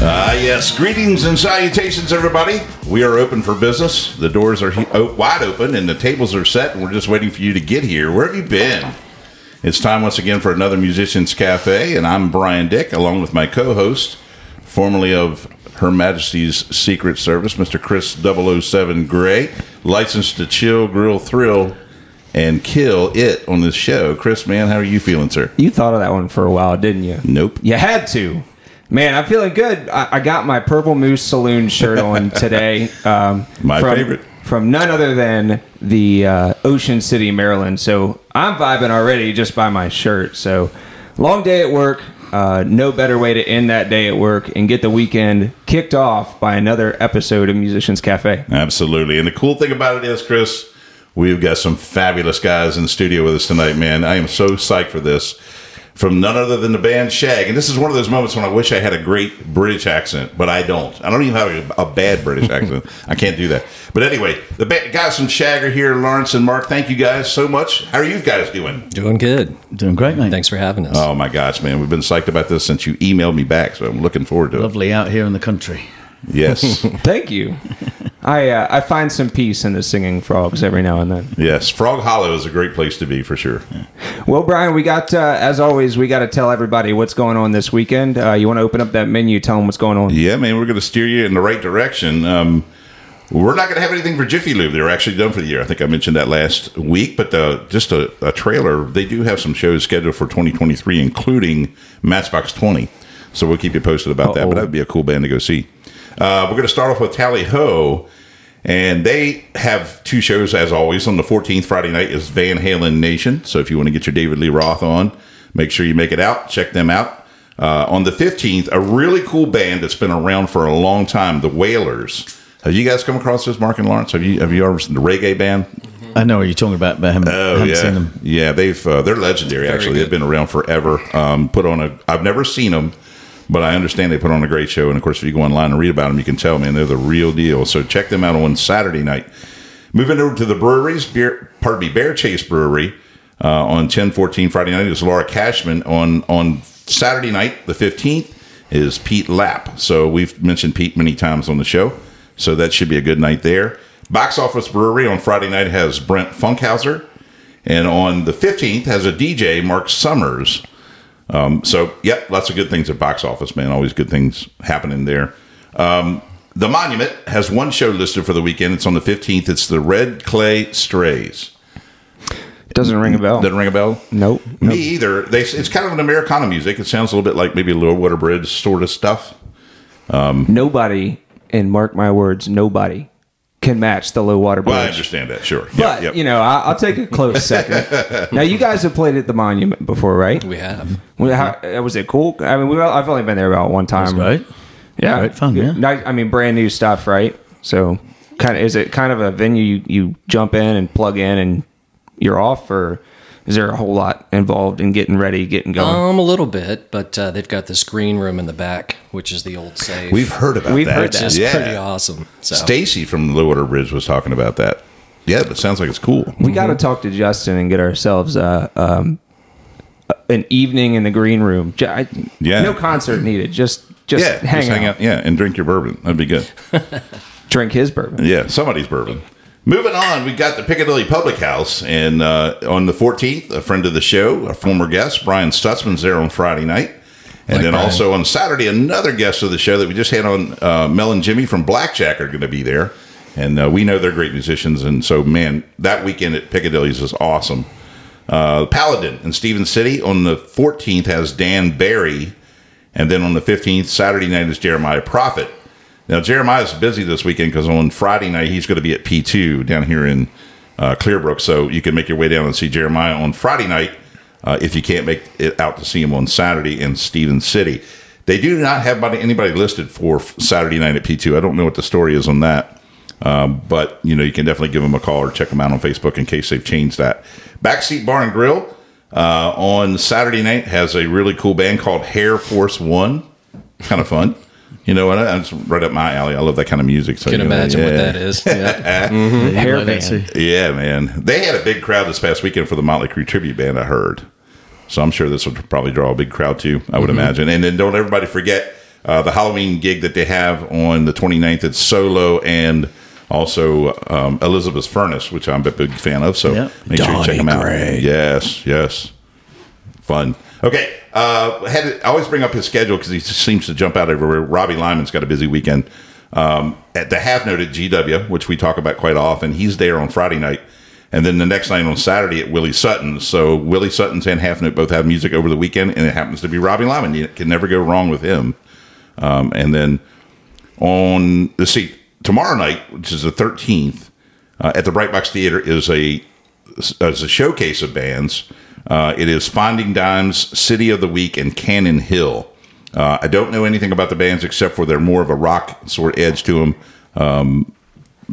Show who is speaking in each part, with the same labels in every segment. Speaker 1: Ah, yes. Greetings and salutations, everybody. We are open for business. The doors are he- o- wide open and the tables are set, and we're just waiting for you to get here. Where have you been? It's time once again for another Musicians Cafe, and I'm Brian Dick, along with my co host, formerly of Her Majesty's Secret Service, Mr. Chris 007 Gray, licensed to chill, grill, thrill, and kill it on this show. Chris, man, how are you feeling, sir?
Speaker 2: You thought of that one for a while, didn't you?
Speaker 1: Nope.
Speaker 2: You had to. Man, I'm feeling good. I, I got my Purple Moose Saloon shirt on today. Um,
Speaker 1: My
Speaker 2: from,
Speaker 1: favorite.
Speaker 2: From none other than the uh, Ocean City, Maryland. So I'm vibing already just by my shirt. So long day at work. Uh, no better way to end that day at work and get the weekend kicked off by another episode of Musicians Cafe.
Speaker 1: Absolutely. And the cool thing about it is, Chris, we've got some fabulous guys in the studio with us tonight, man. I am so psyched for this. From none other than the band Shag. And this is one of those moments when I wish I had a great British accent, but I don't. I don't even have a, a bad British accent. I can't do that. But anyway, the ba- guys from Shag are here, Lawrence and Mark. Thank you guys so much. How are you guys doing?
Speaker 3: Doing good.
Speaker 4: Doing great, mate.
Speaker 3: Thanks for having us.
Speaker 1: Oh my gosh, man. We've been psyched about this since you emailed me back, so I'm looking forward to it.
Speaker 4: Lovely out here in the country.
Speaker 1: Yes.
Speaker 2: Thank you. I, uh, I find some peace in the singing frogs every now and then.
Speaker 1: yes. Frog Hollow is a great place to be for sure.
Speaker 2: Well, Brian, we got uh, as always. We got to tell everybody what's going on this weekend. Uh, you want to open up that menu? Tell them what's going on.
Speaker 1: Yeah, man, we're going to steer you in the right direction. Um, we're not going to have anything for Jiffy Lube. They're actually done for the year. I think I mentioned that last week, but uh, just a, a trailer. They do have some shows scheduled for 2023, including Matchbox 20. So we'll keep you posted about that. But
Speaker 2: Uh-oh.
Speaker 1: that would be a cool band to go see. Uh, we're going to start off with Tally Ho. And they have two shows as always. On the 14th, Friday night is Van Halen Nation. So if you want to get your David Lee Roth on, make sure you make it out. Check them out. Uh, on the 15th, a really cool band that's been around for a long time, the Whalers. Have you guys come across this, Mark and Lawrence? Have you have you ever seen the reggae band?
Speaker 4: I know what you're talking about, but I haven't, haven't
Speaker 1: Oh, yeah,
Speaker 4: seen them.
Speaker 1: yeah. They've uh, they're legendary. actually, they've been around forever. Um, put on a I've never seen them, but I understand they put on a great show. And of course, if you go online and read about them, you can tell man they're the real deal. So check them out on Saturday night. Moving over to the breweries, beer, pardon me, Bear Chase Brewery uh, on ten fourteen Friday night is Laura Cashman on on Saturday night the fifteenth is Pete Lapp. So we've mentioned Pete many times on the show, so that should be a good night there. Box Office Brewery on Friday night has Brent Funkhauser, and on the fifteenth has a DJ Mark Summers. Um, So, yep, lots of good things at box office, man. Always good things happening there. Um, the Monument has one show listed for the weekend. It's on the 15th. It's the Red Clay Strays.
Speaker 2: Doesn't ring a bell.
Speaker 1: Doesn't ring a bell?
Speaker 2: Nope.
Speaker 1: Me
Speaker 2: nope.
Speaker 1: either. They, it's kind of an Americana music. It sounds a little bit like maybe Lower Water Bridge sort of stuff.
Speaker 2: Nobody, and mark my words, nobody can match the low water bridge.
Speaker 1: Well, I understand that, sure.
Speaker 2: But you know, I, I'll take a close second. now, you guys have played at the monument before, right?
Speaker 3: we have.
Speaker 1: Mm-hmm.
Speaker 2: Well, how- uh, was it cool? I mean, we, all- I've only been there about one time.
Speaker 4: Right?
Speaker 2: Yeah,
Speaker 4: Great fun, yeah.
Speaker 2: Nice- I mean, brand new stuff, right? So, kind of is it kind of a venue you, you jump in and plug in and you're off, or is there a whole lot involved in getting ready, getting going?
Speaker 3: Um, a little bit, but uh, they've got this green room in the back, which is the old safe.
Speaker 1: We've heard about
Speaker 2: We've
Speaker 1: that.
Speaker 2: heard
Speaker 3: which
Speaker 2: that.
Speaker 3: is
Speaker 1: Yeah.
Speaker 3: pretty awesome. So
Speaker 1: Stacy from Lower Water Bridge was talking about that. Yeah, but it sounds like it's cool.
Speaker 2: we got to talk to Justin and get ourselves uh, um, an evening in the green room. Ju- I-
Speaker 1: Yeah.
Speaker 2: no concert needed. Just just
Speaker 1: Yeah,
Speaker 2: hang,
Speaker 1: just
Speaker 2: out,
Speaker 1: Yeah, and drink your bourbon. That'd be good.
Speaker 2: drink his bourbon.
Speaker 1: Yeah, somebody's bourbon. Moving on, we got the Piccadilly Public House, and uh, on the 14th, a friend of the show, a former guest, Brian Stutzman's there on Friday night, and
Speaker 3: Like
Speaker 1: then
Speaker 3: Brian.
Speaker 1: also on Saturday, another guest of the show that we just had on, uh, Mel and Jimmy from Blackjack are going to be there, and uh, we know they're great musicians, and so man, that weekend at Piccadilly's is awesome. Uh, Paladin in Stephen City on the 14th has Dan Barry, and then on the 15th, Saturday night is Jeremiah Prophet. Now, Jeremiah's busy this weekend because on Friday night, he's going to be at P2 down here in uh, Clearbrook. So you can make your way down and see Jeremiah on Friday night uh, if you can't make it out to see him on Saturday in Stevens City. They do not have anybody- anybody listed for f- Saturday night at P2. I don't know what the story is on that. Um, but you know you can definitely give them a call or check them out on Facebook in case they've changed that. Backseat Bar and Grill uh, on Saturday night has a really cool band called Hair Force One. Kind of fun, you know. And I- it's right up my alley. I love that kind of music. So
Speaker 3: you can
Speaker 1: you know,
Speaker 3: imagine what
Speaker 1: yeah.
Speaker 3: that is. Yeah.
Speaker 2: Hair
Speaker 4: Like that,
Speaker 2: band.
Speaker 4: too.
Speaker 1: Yeah, man. They had a big crowd this past weekend for the Motley Crue tribute band, I
Speaker 5: Mm-hmm.
Speaker 1: heard. So I'm sure this will probably draw a big crowd too, I would imagine. And then don't everybody forget uh, the Halloween gig that they have on the 29th at Solo and also um, Elizabeth's Furnace, which I'm a big fan of. So
Speaker 4: Yep.
Speaker 1: make sure you check
Speaker 5: Donnie
Speaker 1: them out.
Speaker 5: Gray.
Speaker 1: Yes, yes. Fun. Okay. Uh, had, I always bring up his schedule because he seems to jump out everywhere. Robbie Lyman's got a busy weekend um, at the Half Note at GW, which we talk about quite often. He's there on Friday night. And then the next night on Saturday at Willie Sutton's. So Willie Sutton's and Half Note both have music over the weekend, and it happens to be Robbie Lyman. You can never go wrong with him. Um, and then on the see tomorrow night, which is the thirteenth, uh, at the Bright Box Theater is a is a showcase of bands. Uh, it is Finding Dimes, City of the Week, and Cannon Hill. Uh, I don't know anything about the bands except for they're more of a rock sort of edge to them, um,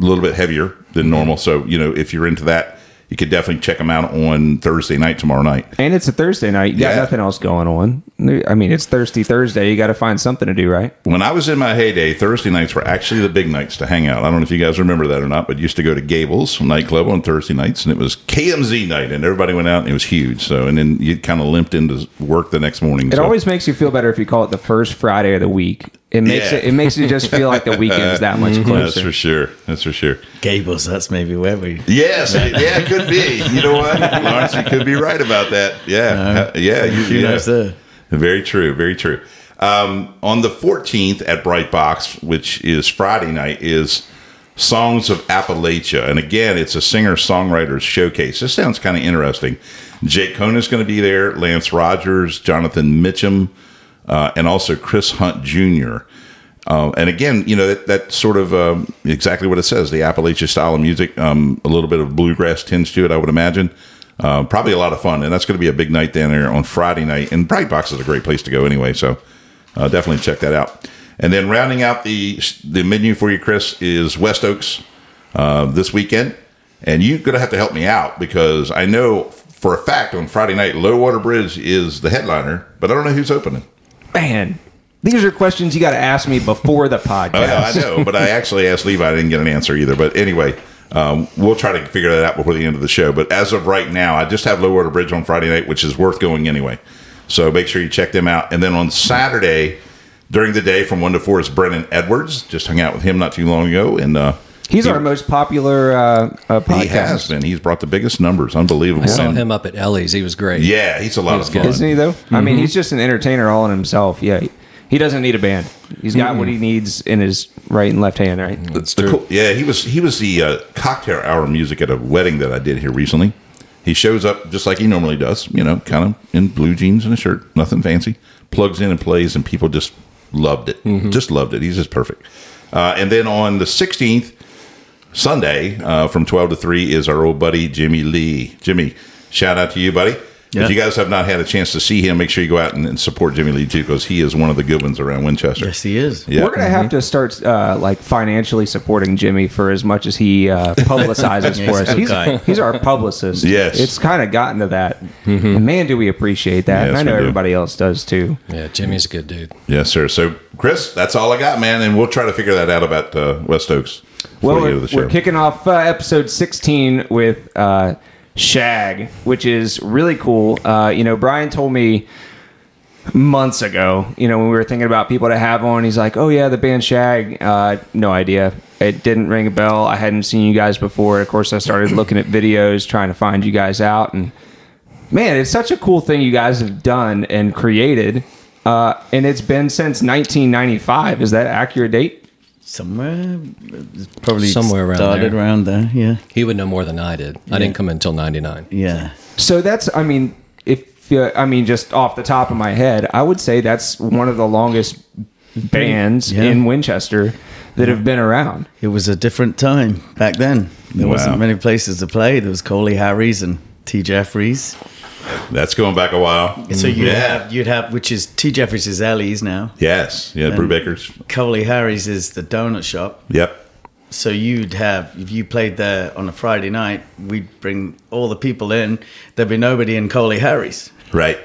Speaker 1: a little bit heavier
Speaker 2: Mm-hmm.
Speaker 1: than normal. So you know if you're into that, you could definitely check them out on Thursday night tomorrow night.
Speaker 2: And it's a Thursday night. You got
Speaker 1: Yeah.
Speaker 2: nothing else going on. I mean, it's Thirsty Thursday. You got to find something to do, right?
Speaker 1: when I was in my heyday, Thursday nights were actually the big nights to hang out. I don't know if you guys remember that or not, but used to go to Gables nightclub on Thursday nights, and it was KMZ night, and everybody went out, and it was huge. So, and then you kind of limped into work the next morning.
Speaker 2: It
Speaker 1: so.
Speaker 2: always makes you feel better if you call it the first Friday of the week. It makes
Speaker 1: Yeah.
Speaker 2: it, it makes you just feel like the weekend's that much
Speaker 1: that's
Speaker 2: closer.
Speaker 1: for sure. That's for sure.
Speaker 4: Gables, that's maybe where we.
Speaker 1: Yes, it- yeah, it could be. You know what, Lawrence, you could be right about that. Yeah, yeah, you,
Speaker 4: Few
Speaker 1: yeah.
Speaker 4: nights there.
Speaker 1: Very true. Very true. Um, on the 14th at Bright Box, which is Friday night, is Songs of Appalachia. And again, it's a singer songwriters showcase. This sounds kind of interesting. Jake Cohn is going to be there, Lance Rogers, Jonathan Mitchum, uh, and also Chris Hunt Jr. Um, and again, you know, that, that sort of um, exactly what it says the Appalachia style of music, um, a little bit of bluegrass tinge to it, I would imagine. Uh, probably a lot of fun. And that's going to be a big night down there on Friday night. And Bright Box is a great place to go anyway. So uh, definitely check that out. And then rounding out the, the menu for you, Chris, is West Oaks uh, this weekend. And you're going to have to help me out because I know for a fact on Friday night, Low Water Bridge is the headliner, but I don't know who's opening.
Speaker 2: Man, these are questions you got to ask me before the
Speaker 1: Oh, yeah,
Speaker 2: podcast.
Speaker 1: I know, but I actually asked Levi. I didn't get an answer either. But anyway, um, we'll try to figure that out before the end of the show. But as of right now, I just have Low Water Bridge on Friday night, which is worth going anyway. So make sure you check them out. And then on Saturday, during the day from 1 to 4 is Brennan Edwards. Just hung out with him not too long ago. And uh,
Speaker 2: He's
Speaker 1: he-
Speaker 2: our most popular uh, uh, podcast.
Speaker 1: He has been. He's brought the biggest numbers. Unbelievable.
Speaker 3: I saw
Speaker 1: And-
Speaker 3: him up at Ellie's. He was great.
Speaker 1: Yeah, he's a lot of
Speaker 3: He's
Speaker 1: fun.
Speaker 3: good.
Speaker 2: Isn't he though? I
Speaker 1: Mm-hmm.
Speaker 2: mean, he's just an entertainer all in himself. Yeah, he, he doesn't need a band. He's got what he needs in his right and left hand. Right.
Speaker 3: That's
Speaker 1: The
Speaker 3: true.
Speaker 1: cool- yeah, he was he was the uh, cocktail hour music at a wedding that I did here recently. He shows up just like he normally does, you know, kind of in blue jeans and a shirt, nothing fancy. Plugs in and plays, and people just loved it, just loved it. He's just perfect. Uh, and then on the sixteenth, Sunday uh, from 12 to 3 is our old buddy Jimmy Lee. Jimmy, shout out to you, buddy.
Speaker 4: Yeah.
Speaker 1: If you guys have not had a chance to see him, make sure you go out and, and support Jimmy Lee too, because he is one of the good ones around Winchester.
Speaker 4: Yes, he is.
Speaker 1: Yeah.
Speaker 2: We're gonna have to start uh, like financially supporting Jimmy for as much as he uh, publicizes
Speaker 4: Yeah, he's
Speaker 2: for us.
Speaker 4: a good
Speaker 2: He's,
Speaker 4: guy.
Speaker 2: he's our publicist.
Speaker 1: Yes.
Speaker 2: it's kind of gotten to that. And man, do we appreciate that? and
Speaker 1: Yes,
Speaker 2: I
Speaker 1: we
Speaker 2: know
Speaker 1: do.
Speaker 2: everybody else does too.
Speaker 3: Yeah, Jimmy's a good dude.
Speaker 1: Yes, sir. So, Chris, that's all I got, man, and we'll try to figure that out about uh, West Oaks. before
Speaker 2: Well,
Speaker 1: we get to
Speaker 2: we're, we're kicking off uh, episode 16 with uh, Shag, which is really cool. Uh, you know, Brian told me months ago, you know, when we were thinking about people to have on, he's like, oh, yeah, the band Shag. Uh, no idea. It didn't ring a bell. I hadn't seen you guys before. Of course, I started looking at videos, trying to find you guys out. And man, it's such a cool thing you guys have done and created. Uh, and it's been since 1995. Is that accurate date?
Speaker 4: Somewhere, it's probably
Speaker 3: Somewhere around
Speaker 4: started
Speaker 3: there.
Speaker 4: around there. Yeah,
Speaker 3: He would know more than I did. I didn't come in until 99.
Speaker 4: yeah.
Speaker 2: So that's, I mean, if you, I mean, just off the top of my head, I would say that's one of the longest bands
Speaker 4: Yeah.
Speaker 2: in Winchester that have been around.
Speaker 4: It was a different time back then. There
Speaker 1: Wow.
Speaker 4: wasn't many places to play. There was Coley Harry's and T Jeffries.
Speaker 1: That's going back a while. Mm-hmm.
Speaker 4: So you'd
Speaker 1: yeah.
Speaker 4: have you'd have which is T Jeffries is Ellie's now.
Speaker 1: Yes. Yeah. Brewbakers.
Speaker 4: Coley Harry's is the donut shop.
Speaker 1: Yep.
Speaker 4: So you'd have if you played there on a Friday night, we'd bring all the people in. There'd be nobody in Coley Harry's,
Speaker 1: Right.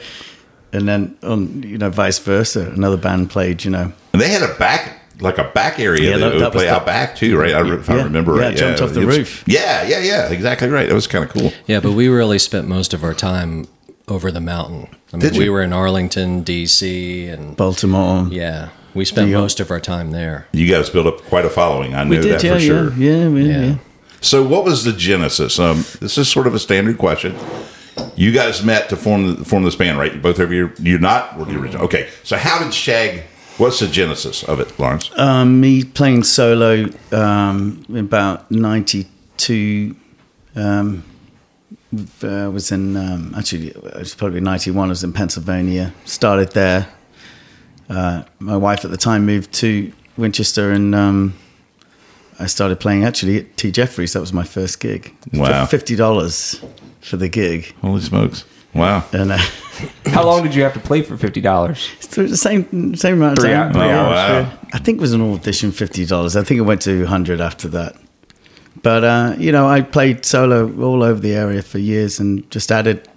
Speaker 4: and then on you know vice versa. Another band played, you know.
Speaker 1: And they had a back, like a back area
Speaker 4: Yeah,
Speaker 1: that,
Speaker 4: that-
Speaker 1: would
Speaker 4: that was
Speaker 1: play
Speaker 4: the-
Speaker 1: out back too, right? I, re- if I
Speaker 4: Yeah.
Speaker 1: remember
Speaker 4: Yeah,
Speaker 1: right.
Speaker 4: jumped off the
Speaker 1: It was-
Speaker 4: roof.
Speaker 1: Yeah. Yeah. Yeah. Exactly right. That was kind of cool.
Speaker 3: Yeah, but we really spent most of our time over the mountain. I mean,
Speaker 1: Did you?
Speaker 3: we were in Arlington, D.C., and
Speaker 4: Baltimore,
Speaker 3: yeah, We spent most of our time there.
Speaker 1: You guys built up quite a following. I know
Speaker 4: We did,
Speaker 1: that
Speaker 4: yeah,
Speaker 1: for sure.
Speaker 4: yeah, yeah, yeah,
Speaker 3: Yeah.
Speaker 4: yeah.
Speaker 1: So, what was the genesis? Um, this is sort of a standard question. You guys met to form the, form this band, right? Both of you, you're not were the original. Okay, so how did Shag? What's the genesis of it, Lawrence?
Speaker 4: Um, me playing solo um, in about '92 um, uh, was in um, actually it was probably '91. I was in Pennsylvania. Started there. Uh, my wife at the time moved to Winchester, and um, I started playing actually at T Jeffries. That was my first gig.
Speaker 1: Wow.
Speaker 4: For fifty dollars for the gig,
Speaker 1: Holy smokes! Wow.
Speaker 4: and uh,
Speaker 2: How long did you have to play for fifty dollars?
Speaker 4: it's the same same amount of
Speaker 2: Three
Speaker 4: time.
Speaker 2: hours.
Speaker 1: Oh,
Speaker 2: Yeah,
Speaker 1: wow.
Speaker 4: I think it was an audition fifty dollars. I think it went to hundred after that. But uh, you know, I played solo all over the area for years, and just added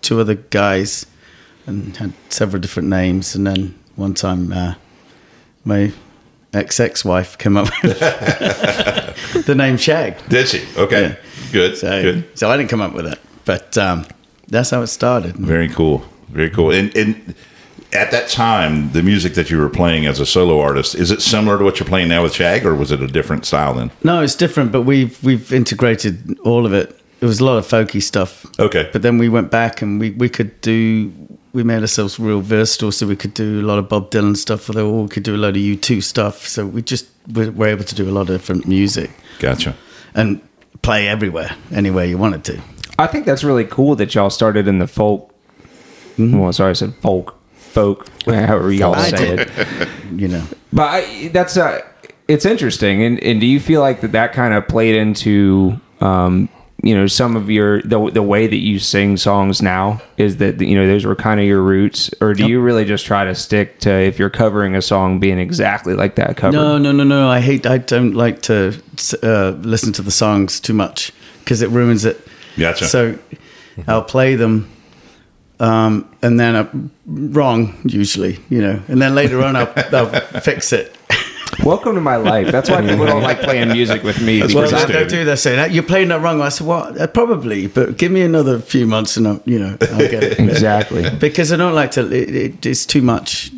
Speaker 4: two other guys, and had several different names. And then one time, uh, my ex-ex-wife came up with the name Shag.
Speaker 1: Did she? Okay. Good.
Speaker 4: So,
Speaker 1: Good.
Speaker 4: so I didn't come up with it, but um, that's how it started.
Speaker 1: Very cool. Very cool. And and at that time, the music that you were playing as a solo artist is it similar to what you're playing now with Shag, or was it a different style then?
Speaker 4: No, it's different, but we've we've integrated all of it. It was a lot of folky stuff.
Speaker 1: Okay.
Speaker 4: But then we went back and we, we could do we made ourselves real versatile, so we could do a lot of Bob Dylan stuff, although we could do a lot of U two stuff. So we just we were able to do a lot of different music
Speaker 1: Gotcha.
Speaker 4: and play everywhere, anywhere you wanted to.
Speaker 2: I think that's really cool that y'all started in the folk. Well, sorry, I said folk, Mm-hmm. folk, however y'all
Speaker 4: I
Speaker 2: say
Speaker 4: did.
Speaker 2: it.
Speaker 4: You know,
Speaker 2: But I, that's uh, it's interesting. And, and do you feel like that that kind of played into um, you know some of your the the way that you sing songs now is that you know those were kind of your roots, or do you really just try to stick to if you're covering a song being exactly like that cover?
Speaker 4: no, no, no, no. I hate. I don't like to uh, listen to the songs too much because it ruins it.
Speaker 1: Gotcha.
Speaker 4: So I'll play them, um, and then I'm wrong usually, you know, and then later on I'll, I'll fix it.
Speaker 2: Welcome to my life. That's why people don't like playing music with me.
Speaker 1: That's
Speaker 4: Well,
Speaker 1: what
Speaker 2: because
Speaker 4: I
Speaker 2: I'm-
Speaker 1: Understood.
Speaker 4: don't do that. Say that you're playing that wrong. I said, "Well, uh, probably, but give me another few months, and I'll, you know, I'll get it."
Speaker 2: exactly.
Speaker 4: because I don't like to. It, it, it's too much.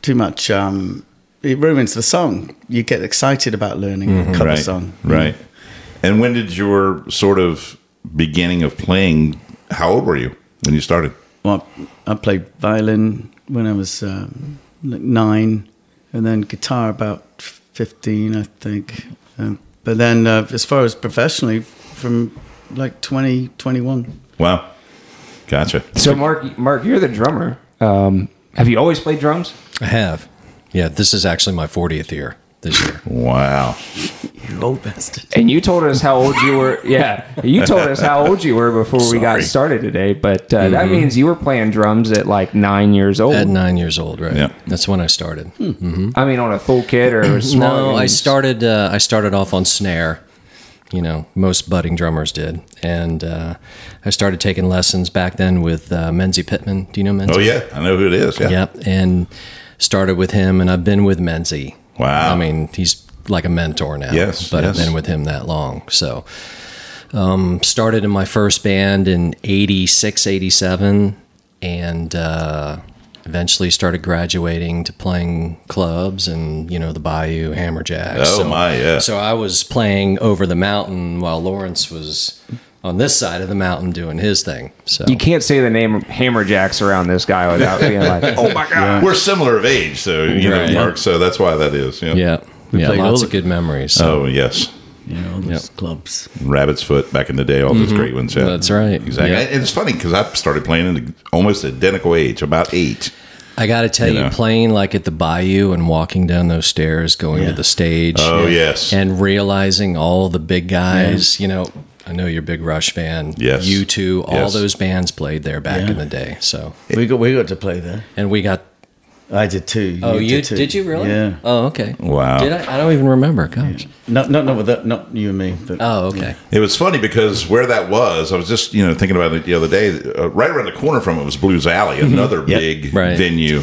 Speaker 4: Too much. Um, it ruins the song. You get excited about learning a cover
Speaker 1: Mm-hmm, right.
Speaker 4: song.
Speaker 1: Right. And when did your sort of beginning of playing? How old were you when you started?
Speaker 4: Well, I played violin when I was um, like nine, and then guitar about fifteen, I think. Um, but then, uh, as far as professionally, from like 20, 21.
Speaker 1: Wow. Gotcha.
Speaker 2: So, Mark, Mark, you're the drummer. Um, have you always played drums?
Speaker 3: I have. Yeah, this is actually my 40th year this year.
Speaker 1: Wow.
Speaker 4: You old bastard.
Speaker 2: And you told us how old you were. Yeah, you told us how old you were before we got
Speaker 1: Sorry.
Speaker 2: started today. But uh, that means you were playing drums at like nine years old.
Speaker 3: Mm-hmm. At nine years old, right?
Speaker 1: Yeah.
Speaker 3: That's when I started.
Speaker 2: I mean, on a full kit or a small.
Speaker 3: Hmm. No, I started. Uh, I started off on snare. You know, most budding drummers did, and uh, I started taking lessons back then with uh, Menzie Pittman. Do you know Menzie?
Speaker 1: Oh yeah, I know who it is. Yeah.
Speaker 3: Yep, and started with him, and I've been with Menzie.
Speaker 1: Wow.
Speaker 3: I mean, he's like a mentor now.
Speaker 1: Yes,
Speaker 3: but
Speaker 1: yes.
Speaker 3: I've been with him that long. So, um, started in my first band in '86, '87, and uh, eventually started graduating to playing clubs and you know the Bayou Hammerjacks.
Speaker 1: Oh, my, yeah.
Speaker 3: So I was playing over the mountain while Lawrence was on this side of the mountain doing his thing. So
Speaker 2: You can't say the name Hammerjacks around this guy without being like, "Oh my god!"
Speaker 1: We're similar of age, so you
Speaker 3: Right.
Speaker 1: know, Mark. So that's why that is. Yeah.
Speaker 3: yeah, yeah,
Speaker 4: played
Speaker 3: lots
Speaker 4: all
Speaker 3: of good memories. So.
Speaker 1: Oh yes,
Speaker 4: You know, all those clubs.
Speaker 1: Rabbit's Foot back in the day. All those great ones. Yeah.
Speaker 3: Mm-hmm. That's right.
Speaker 1: Exactly.
Speaker 3: Yeah.
Speaker 1: And it's funny because I started playing at almost identical age, about eight.
Speaker 3: I got to tell you,
Speaker 1: You know.
Speaker 3: playing like at the bayou and walking down those stairs, going to the stage.
Speaker 1: Oh, yes.
Speaker 3: And realizing all the big guys, you know, I know you're a big Rush fan.
Speaker 1: Yes.
Speaker 3: You two, all
Speaker 1: Yes.
Speaker 3: those bands played there back in the day. So,
Speaker 4: We got we got to play there.
Speaker 3: and we got.
Speaker 4: I did too.
Speaker 3: Oh, you,
Speaker 4: too.
Speaker 3: did you really?
Speaker 4: Yeah.
Speaker 3: Oh, okay.
Speaker 1: Wow.
Speaker 3: Did I? I don't even remember. Gosh.
Speaker 4: Not not not with that. Not you and me. But
Speaker 3: Oh, okay.
Speaker 1: It was funny because where that was, I was just you know thinking about it the other day. Uh, right around the corner from it was Blues Alley, another
Speaker 4: Yep.
Speaker 1: big
Speaker 3: Mm-hmm. Right.
Speaker 1: venue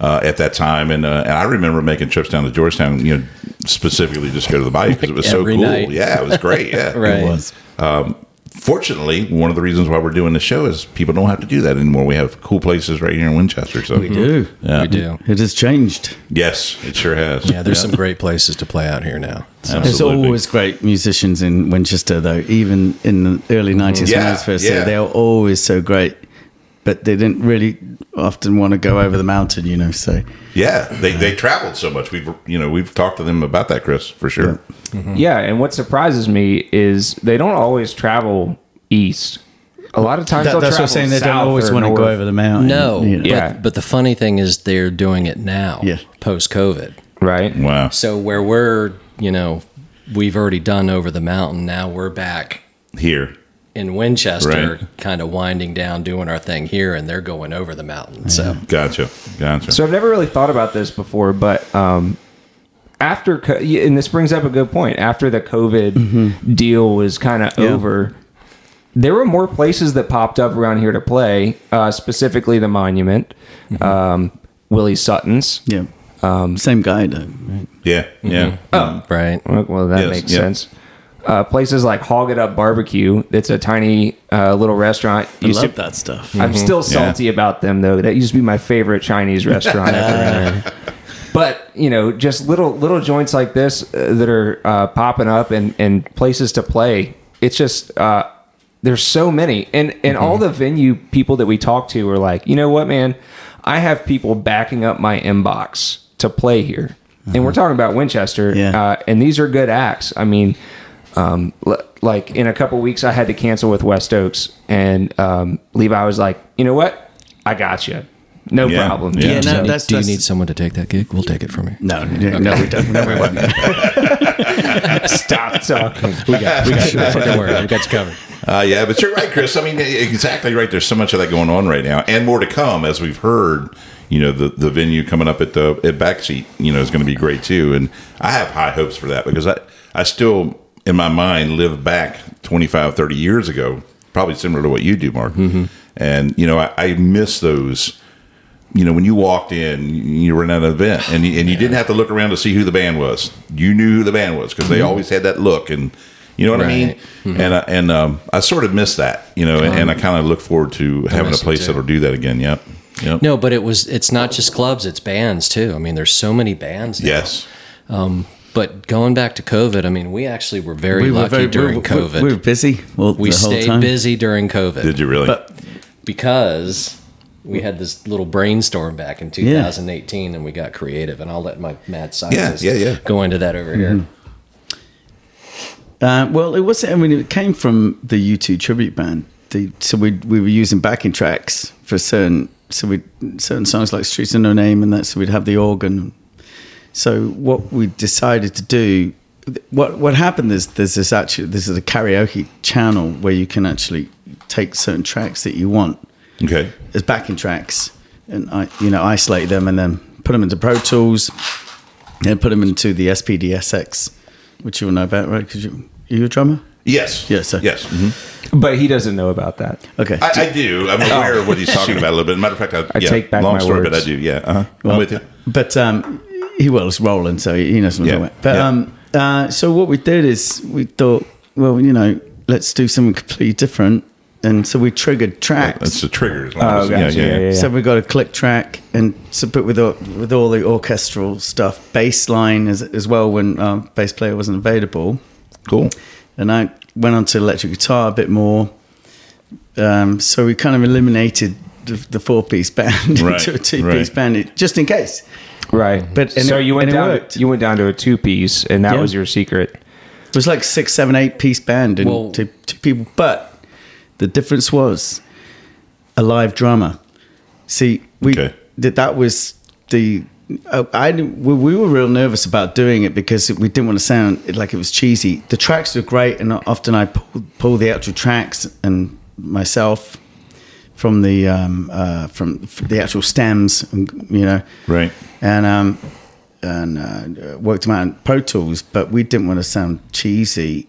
Speaker 1: uh, at that time, and uh, and I remember making trips down to Georgetown, you know, specifically just go to the Bayou because it was so
Speaker 3: Every
Speaker 1: cool.
Speaker 3: night.
Speaker 1: Yeah, it was great. Yeah,
Speaker 3: Right.
Speaker 4: it was.
Speaker 1: fortunately, one of the reasons why we're doing the show is people don't have to do that anymore. We have cool places right here in Winchester. So
Speaker 4: We do.
Speaker 1: Yeah.
Speaker 3: We do.
Speaker 4: It has changed.
Speaker 1: Yes, it sure has.
Speaker 3: Yeah, there's some great places to play out here now. So,
Speaker 1: Absolutely.
Speaker 4: There's always great musicians in Winchester, though. Even in the
Speaker 3: Mm.
Speaker 4: early 90s when I was
Speaker 1: Yeah,
Speaker 4: first
Speaker 1: yeah.
Speaker 4: there, they were always so great. But they didn't really often want to go over the mountain, you know. So
Speaker 1: Yeah, they they traveled so much. We've you know we've talked to them about that, Chris, for sure.
Speaker 2: Yeah, and what surprises me is they don't always travel east. A lot of times
Speaker 4: That-
Speaker 2: they'll
Speaker 4: that's what
Speaker 2: travel
Speaker 4: I'm saying. They
Speaker 2: south
Speaker 4: don't always
Speaker 2: or
Speaker 4: want to
Speaker 2: north.
Speaker 4: go over the mountain.
Speaker 3: no,
Speaker 4: you know.
Speaker 2: Yeah.
Speaker 3: but, but the funny thing is they're doing it now,
Speaker 4: Yeah.
Speaker 3: post COVID.
Speaker 2: right.
Speaker 1: Wow.
Speaker 3: So where we're, you know, we've already done over the mountain. Now we're back
Speaker 1: Here,
Speaker 3: in Winchester,
Speaker 1: Right.
Speaker 3: kind of winding down, doing our thing here, and they're going over the mountain. So
Speaker 1: gotcha, gotcha.
Speaker 2: So I've never really thought about this before, but um, after co- yeah, and this brings up a good point. After the COVID deal was kind of over, there were more places that popped up around here to play, uh, specifically the Monument, um, Willie Sutton's.
Speaker 4: Yeah.
Speaker 3: Um,
Speaker 4: Same guy, though. right?
Speaker 1: yeah, yeah.
Speaker 3: right,
Speaker 2: Well, well, that
Speaker 1: Yes,
Speaker 2: makes
Speaker 1: yeah.
Speaker 2: sense. Uh, places like Hog It Up Barbecue. It's a tiny uh, little restaurant.
Speaker 4: I
Speaker 2: Used to-
Speaker 4: love that stuff.
Speaker 2: I'm still salty about them though. That used to be my favorite Chinese restaurant. ever. But you know, just little little joints like this uh, that are uh, popping up and and places to play. It's just uh, there's so many, and and all the venue people that we talk to are like, you know what, man, I have people backing up my inbox to play here, and we're talking about Winchester,
Speaker 4: Yeah.
Speaker 2: uh, and these are good acts. I mean. Um, l- like in a couple weeks, I had to cancel with West Oaks, and um, Levi was like, "You know what? I got you. No
Speaker 1: Yeah,
Speaker 2: problem.
Speaker 1: yeah.
Speaker 4: Yeah,
Speaker 3: Do
Speaker 4: no,
Speaker 3: you need-
Speaker 4: that's-
Speaker 3: do you
Speaker 4: that's-
Speaker 3: need someone to take that gig? We'll take it from you.
Speaker 4: No, no, no, we don't. No, we won't.
Speaker 2: Stop talking."
Speaker 3: We got, we got, don't worry, we got you covered.
Speaker 1: Uh, yeah, but you're right, Chris. I mean, exactly right. There's so much of that going on right now, and more to come, as we've heard. You know, the, the venue coming up at the at Backseat, you know, is going to be great too, and I have high hopes for that because I I still in my mind live back 25, 30 years ago, probably similar to what you do, Mark. And you know, I, I miss those. You know, when you walked in, you were in an event, and you, and you didn't have to look around to see who the band was. You knew who the band was because they
Speaker 2: Mm-hmm.
Speaker 1: always had that look, and you know what I mean.
Speaker 3: Right.
Speaker 1: And I, and um, I sort of miss that, you know, and, and I kind of look forward to having a
Speaker 3: miss it
Speaker 1: place
Speaker 3: too.
Speaker 1: that'll do that again. Yep. Yep.
Speaker 3: No, but it was. It's not just clubs; it's bands too. I mean, there's so many bands. now.
Speaker 1: Yes.
Speaker 3: But going back to COVID, I mean, we actually were very
Speaker 4: We were
Speaker 3: lucky
Speaker 4: very- we
Speaker 3: during
Speaker 4: were-
Speaker 3: COVID.
Speaker 4: We
Speaker 3: We,
Speaker 4: were busy. Well, the whole
Speaker 3: stayed
Speaker 4: time.
Speaker 3: busy during COVID
Speaker 1: Did you really?
Speaker 4: But
Speaker 3: because we had this little brainstorm back in 2018, and we got creative. And I'll let my mad scientist
Speaker 1: yeah, yeah.
Speaker 3: go into that over here.
Speaker 4: Uh, well, it was. I mean, it came from the U2 tribute band. The, so we we were using backing tracks for certain so we certain songs like Streets of No Name and that. So we'd have the organ. So what we decided to do, what what happened is there's this actually this is a karaoke channel where you can actually take certain tracks that you want
Speaker 1: okay.
Speaker 4: as backing tracks and I, you know isolate them and then put them into Pro Tools and put them into the SPDSX, which you all know about, right? Because you are you a drummer?
Speaker 1: Yes.
Speaker 4: Yes, sir.
Speaker 1: Yes. Mhm.
Speaker 2: but he doesn't know about that.
Speaker 4: Okay.
Speaker 1: I, I do. I'm aware of what he's talking about a little bit. Matter of fact, I,
Speaker 2: Oh. I
Speaker 1: yeah,
Speaker 2: take back
Speaker 1: long
Speaker 2: my
Speaker 1: story,
Speaker 2: words.
Speaker 1: but I do. Yeah. Uh-huh. I'm with you.
Speaker 4: But um, he was rolling, so he knows what I'm
Speaker 1: Yeah.
Speaker 4: talking about. But
Speaker 1: Yeah.
Speaker 4: um, uh, so what we did is we thought, well, you know, let's do something completely different, and so we triggered tracks.
Speaker 1: That's the triggers.
Speaker 2: Oh, gotcha. Yeah, yeah, yeah.
Speaker 4: So we got a click track, and so but with all, with all the orchestral stuff, bass line as, as well when our bass player wasn't available.
Speaker 1: Cool.
Speaker 4: and I went on to electric guitar a bit more. Um, so we kind of eliminated the, the four piece band
Speaker 1: Right,
Speaker 4: into a two piece
Speaker 1: right-
Speaker 4: band it- just in case.
Speaker 2: Right.
Speaker 4: But- and
Speaker 2: Mm-hmm. so
Speaker 4: it-
Speaker 2: you went
Speaker 4: and it
Speaker 2: down.
Speaker 4: worked.
Speaker 2: To, you went down to a two piece, and that
Speaker 4: Yeah.
Speaker 2: was your secret.
Speaker 4: It was like six, seven, eight piece band and
Speaker 3: Well-
Speaker 4: two, two people. But the difference was a live drummer. See, we
Speaker 1: Okay.
Speaker 4: that that was the. I, I didn't- we, we were real nervous about doing it because we didn't want to sound like it was cheesy. The tracks were great, and often I pull, pull the actual tracks and myself from the um, uh, from, from the actual stems, and, you know,
Speaker 1: Right.
Speaker 4: and um, and uh, worked them out in Pro Tools, but we didn't want to sound cheesy.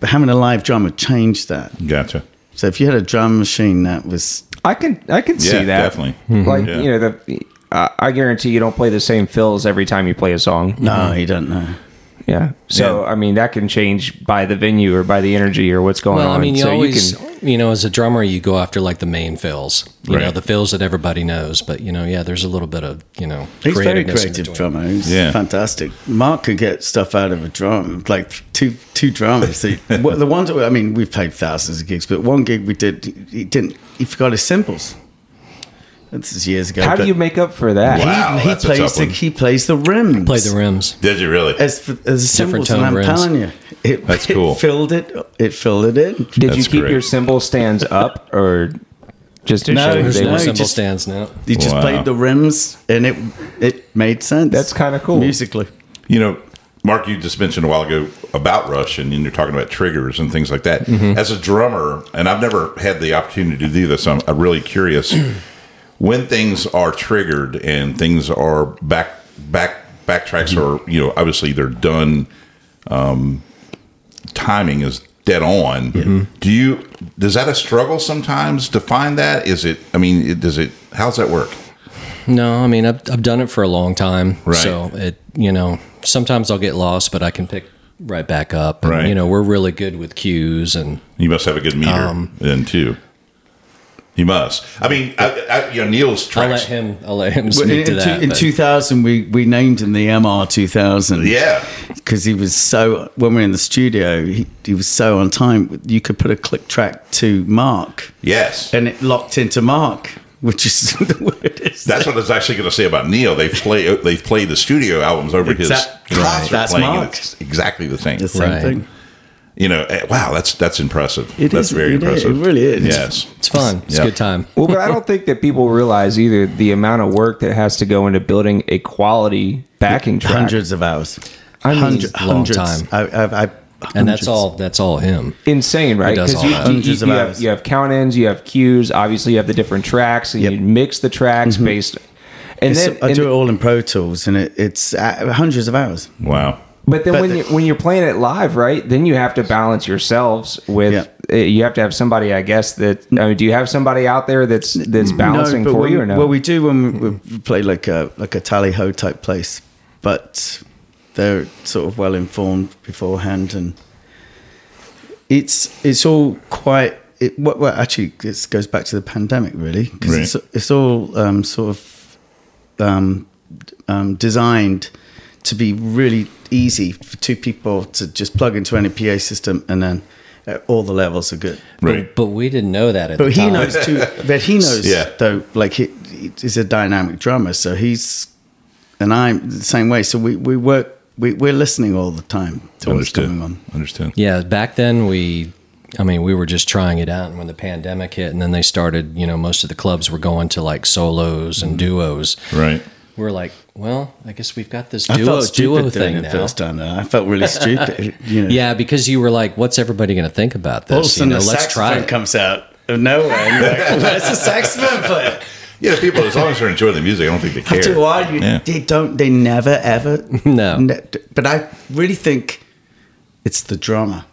Speaker 4: But having a live drum would change that.
Speaker 1: Gotcha.
Speaker 4: So if you had a drum machine that was
Speaker 2: I can I can see
Speaker 1: Yeah,
Speaker 2: that
Speaker 1: definitely.
Speaker 2: Mm-hmm. Like
Speaker 1: Yeah.
Speaker 2: you know the. I I guarantee you don't play the same fills every time you play a song.
Speaker 4: no, oh, you don't know.
Speaker 2: Yeah. So I mean that can change by the venue or by the energy or what's going
Speaker 3: Well,
Speaker 2: on.
Speaker 3: I mean, you
Speaker 2: so
Speaker 3: always,
Speaker 2: you
Speaker 3: you,
Speaker 2: can
Speaker 3: know, as a drummer, you go after like the main fills, you know,
Speaker 1: Right.
Speaker 3: the fills that everybody knows. But you know, yeah, there's a little bit of you know,
Speaker 4: He's very
Speaker 3: creativeness in
Speaker 4: creative
Speaker 3: between.
Speaker 4: drummer. He's
Speaker 1: Yeah.
Speaker 4: fantastic. Mark could get stuff out of a drum, like two two drums. The, what- the ones I mean, we've played thousands of gigs, but one gig we did, he didn't. He forgot his cymbals. This is years ago.
Speaker 2: how
Speaker 4: but
Speaker 2: do you make up for that?
Speaker 4: He,
Speaker 1: Wow,
Speaker 4: he
Speaker 1: that's a
Speaker 4: plays
Speaker 1: tough
Speaker 4: the
Speaker 1: one.
Speaker 4: he plays the rims.
Speaker 3: Play the rims.
Speaker 1: Did you really?
Speaker 4: as for- as
Speaker 3: Different
Speaker 4: cymbals, and I'm
Speaker 3: tone rims.
Speaker 4: telling you, it,
Speaker 1: That's
Speaker 4: it
Speaker 1: cool.
Speaker 4: filled it. It filled it in.
Speaker 2: Did you
Speaker 1: That's
Speaker 2: keep
Speaker 1: great.
Speaker 2: your cymbal stands up or just to
Speaker 4: No,
Speaker 2: show
Speaker 4: there's
Speaker 3: There's
Speaker 2: they
Speaker 3: no
Speaker 4: you
Speaker 2: were-
Speaker 3: cymbal
Speaker 4: just-
Speaker 3: stands now.
Speaker 4: You just
Speaker 1: Wow.
Speaker 4: played the rims, and it it made sense.
Speaker 2: That's kinda cool.
Speaker 4: musically.
Speaker 1: You know, Mark, you just mentioned a while ago about Rush, and you're talking about triggers and things like that. As a drummer, and I've never had the opportunity to do this, I'm, I'm really curious when things are triggered and things are back back backtracks are you know obviously they're done. Um, timing is dead on. Do you does that a struggle sometimes to find that? Is it? I mean, it, does it? How's that work?
Speaker 3: No, I mean, I've I've done it for a long time,
Speaker 1: Right.
Speaker 3: so it you know sometimes I'll get lost, but I can pick right back up. And,
Speaker 1: Right.
Speaker 3: You know, we're really good with cues and
Speaker 1: You must have a good meter
Speaker 4: Um,
Speaker 1: then too. You must. I mean, I, I, you know, Neil's
Speaker 3: I'll
Speaker 1: tracks.
Speaker 3: let him. I'll let him
Speaker 4: Well, in,
Speaker 3: speak to
Speaker 4: in
Speaker 3: that.
Speaker 4: two- in
Speaker 3: but-
Speaker 4: 2000, we, we named him the MR 2000.
Speaker 1: Yeah,
Speaker 4: Because he was so, when we were in the studio, he, he was so on time. You could put a click track to Mark
Speaker 1: yes.
Speaker 4: and it locked into Mark, which is the weirdest.
Speaker 1: That's what I was actually going to say about Neil. They play they played the studio albums over
Speaker 4: Exact-
Speaker 1: his
Speaker 4: Right.
Speaker 1: concert
Speaker 4: That's
Speaker 1: playing,
Speaker 4: Mark.
Speaker 1: and it's exactly the same.
Speaker 4: the same
Speaker 3: Right.
Speaker 4: thing.
Speaker 1: You know, eh, wow, that's that's impressive.
Speaker 4: It
Speaker 1: that's
Speaker 4: is-
Speaker 1: very
Speaker 4: it is-
Speaker 1: impressive.
Speaker 4: it really is.
Speaker 1: Yes.
Speaker 3: It's fun. It's
Speaker 1: Yeah.
Speaker 3: a good time.
Speaker 2: Well, but I don't think that people realize either the amount of work that has to go into building a quality backing track.
Speaker 4: Hundreds of hours.
Speaker 2: I mean,
Speaker 4: Hundred-
Speaker 3: long
Speaker 4: hundreds.
Speaker 3: time.
Speaker 4: I, I, I,
Speaker 3: And that's
Speaker 4: hundreds.
Speaker 3: all. That's all him.
Speaker 2: insane, right?
Speaker 3: does all
Speaker 2: you,
Speaker 3: that.
Speaker 2: you-
Speaker 4: Hundreds
Speaker 2: you
Speaker 4: of
Speaker 2: have,
Speaker 4: hours.
Speaker 2: you have count ins, you have cues. Obviously, you have the different tracks, and
Speaker 4: Yep. Mm-hmm.
Speaker 2: you mix the tracks based. And
Speaker 4: It's-
Speaker 2: then,
Speaker 4: I
Speaker 2: and-
Speaker 4: do it all in Pro Tools and it, it's uh, hundreds of hours.
Speaker 1: Wow.
Speaker 2: but then
Speaker 4: but
Speaker 2: when
Speaker 4: the-
Speaker 2: you, when you're playing it live, right? Then you have to balance yourselves with.
Speaker 4: Yeah. Mm.
Speaker 2: uh, You have to have somebody, I guess. That I mean, do you have somebody out there that's that's balancing
Speaker 4: but
Speaker 2: for
Speaker 4: when-
Speaker 2: you or no?
Speaker 4: Well, we do when we, we play like a like a tally ho type place, but they're sort of well informed beforehand, and it's it's all quite. It, what, well, actually, it goes back to the pandemic, really, because
Speaker 1: Right.
Speaker 4: it's, it's all um, sort of um, um, designed to be really easy for two people to just plug into any PA system, and then uh, all the levels are good.
Speaker 1: Right.
Speaker 3: But we didn't know that at
Speaker 4: But
Speaker 3: the
Speaker 4: he
Speaker 3: time.
Speaker 4: knows too. But he knows
Speaker 1: Yeah.
Speaker 4: though. Like he, he's a dynamic drummer, so he's and I'm the same way. So we we work. We we're listening all the time to what's
Speaker 1: Understood.
Speaker 4: going on.
Speaker 1: Understood.
Speaker 3: Yeah, back then we, I mean, we were just trying it out, and when the pandemic hit, and then they started, you know, most of the clubs were going to like solos
Speaker 4: Mm-hmm.
Speaker 3: and duos.
Speaker 1: Right.
Speaker 3: We're like, well, I guess we've got this
Speaker 4: I
Speaker 3: duo
Speaker 4: felt
Speaker 3: duo
Speaker 4: stupid doing
Speaker 3: thing
Speaker 4: it
Speaker 3: now.
Speaker 4: first time. though. I felt really stupid. You know.
Speaker 3: Yeah, because you were like, what's everybody going to think about
Speaker 4: All of a
Speaker 3: this? You
Speaker 4: sudden,
Speaker 3: know,
Speaker 4: the
Speaker 3: let's try
Speaker 4: saxophone
Speaker 3: it.
Speaker 4: comes out of nowhere. And you're like, Where's the saxophone player?
Speaker 1: Yeah, people. As long as they're enjoying the music, I don't think they care.
Speaker 4: After a while, you,
Speaker 1: Yeah.
Speaker 4: they don't. They never ever.
Speaker 3: No.
Speaker 4: ne- but I really think it's the drummer.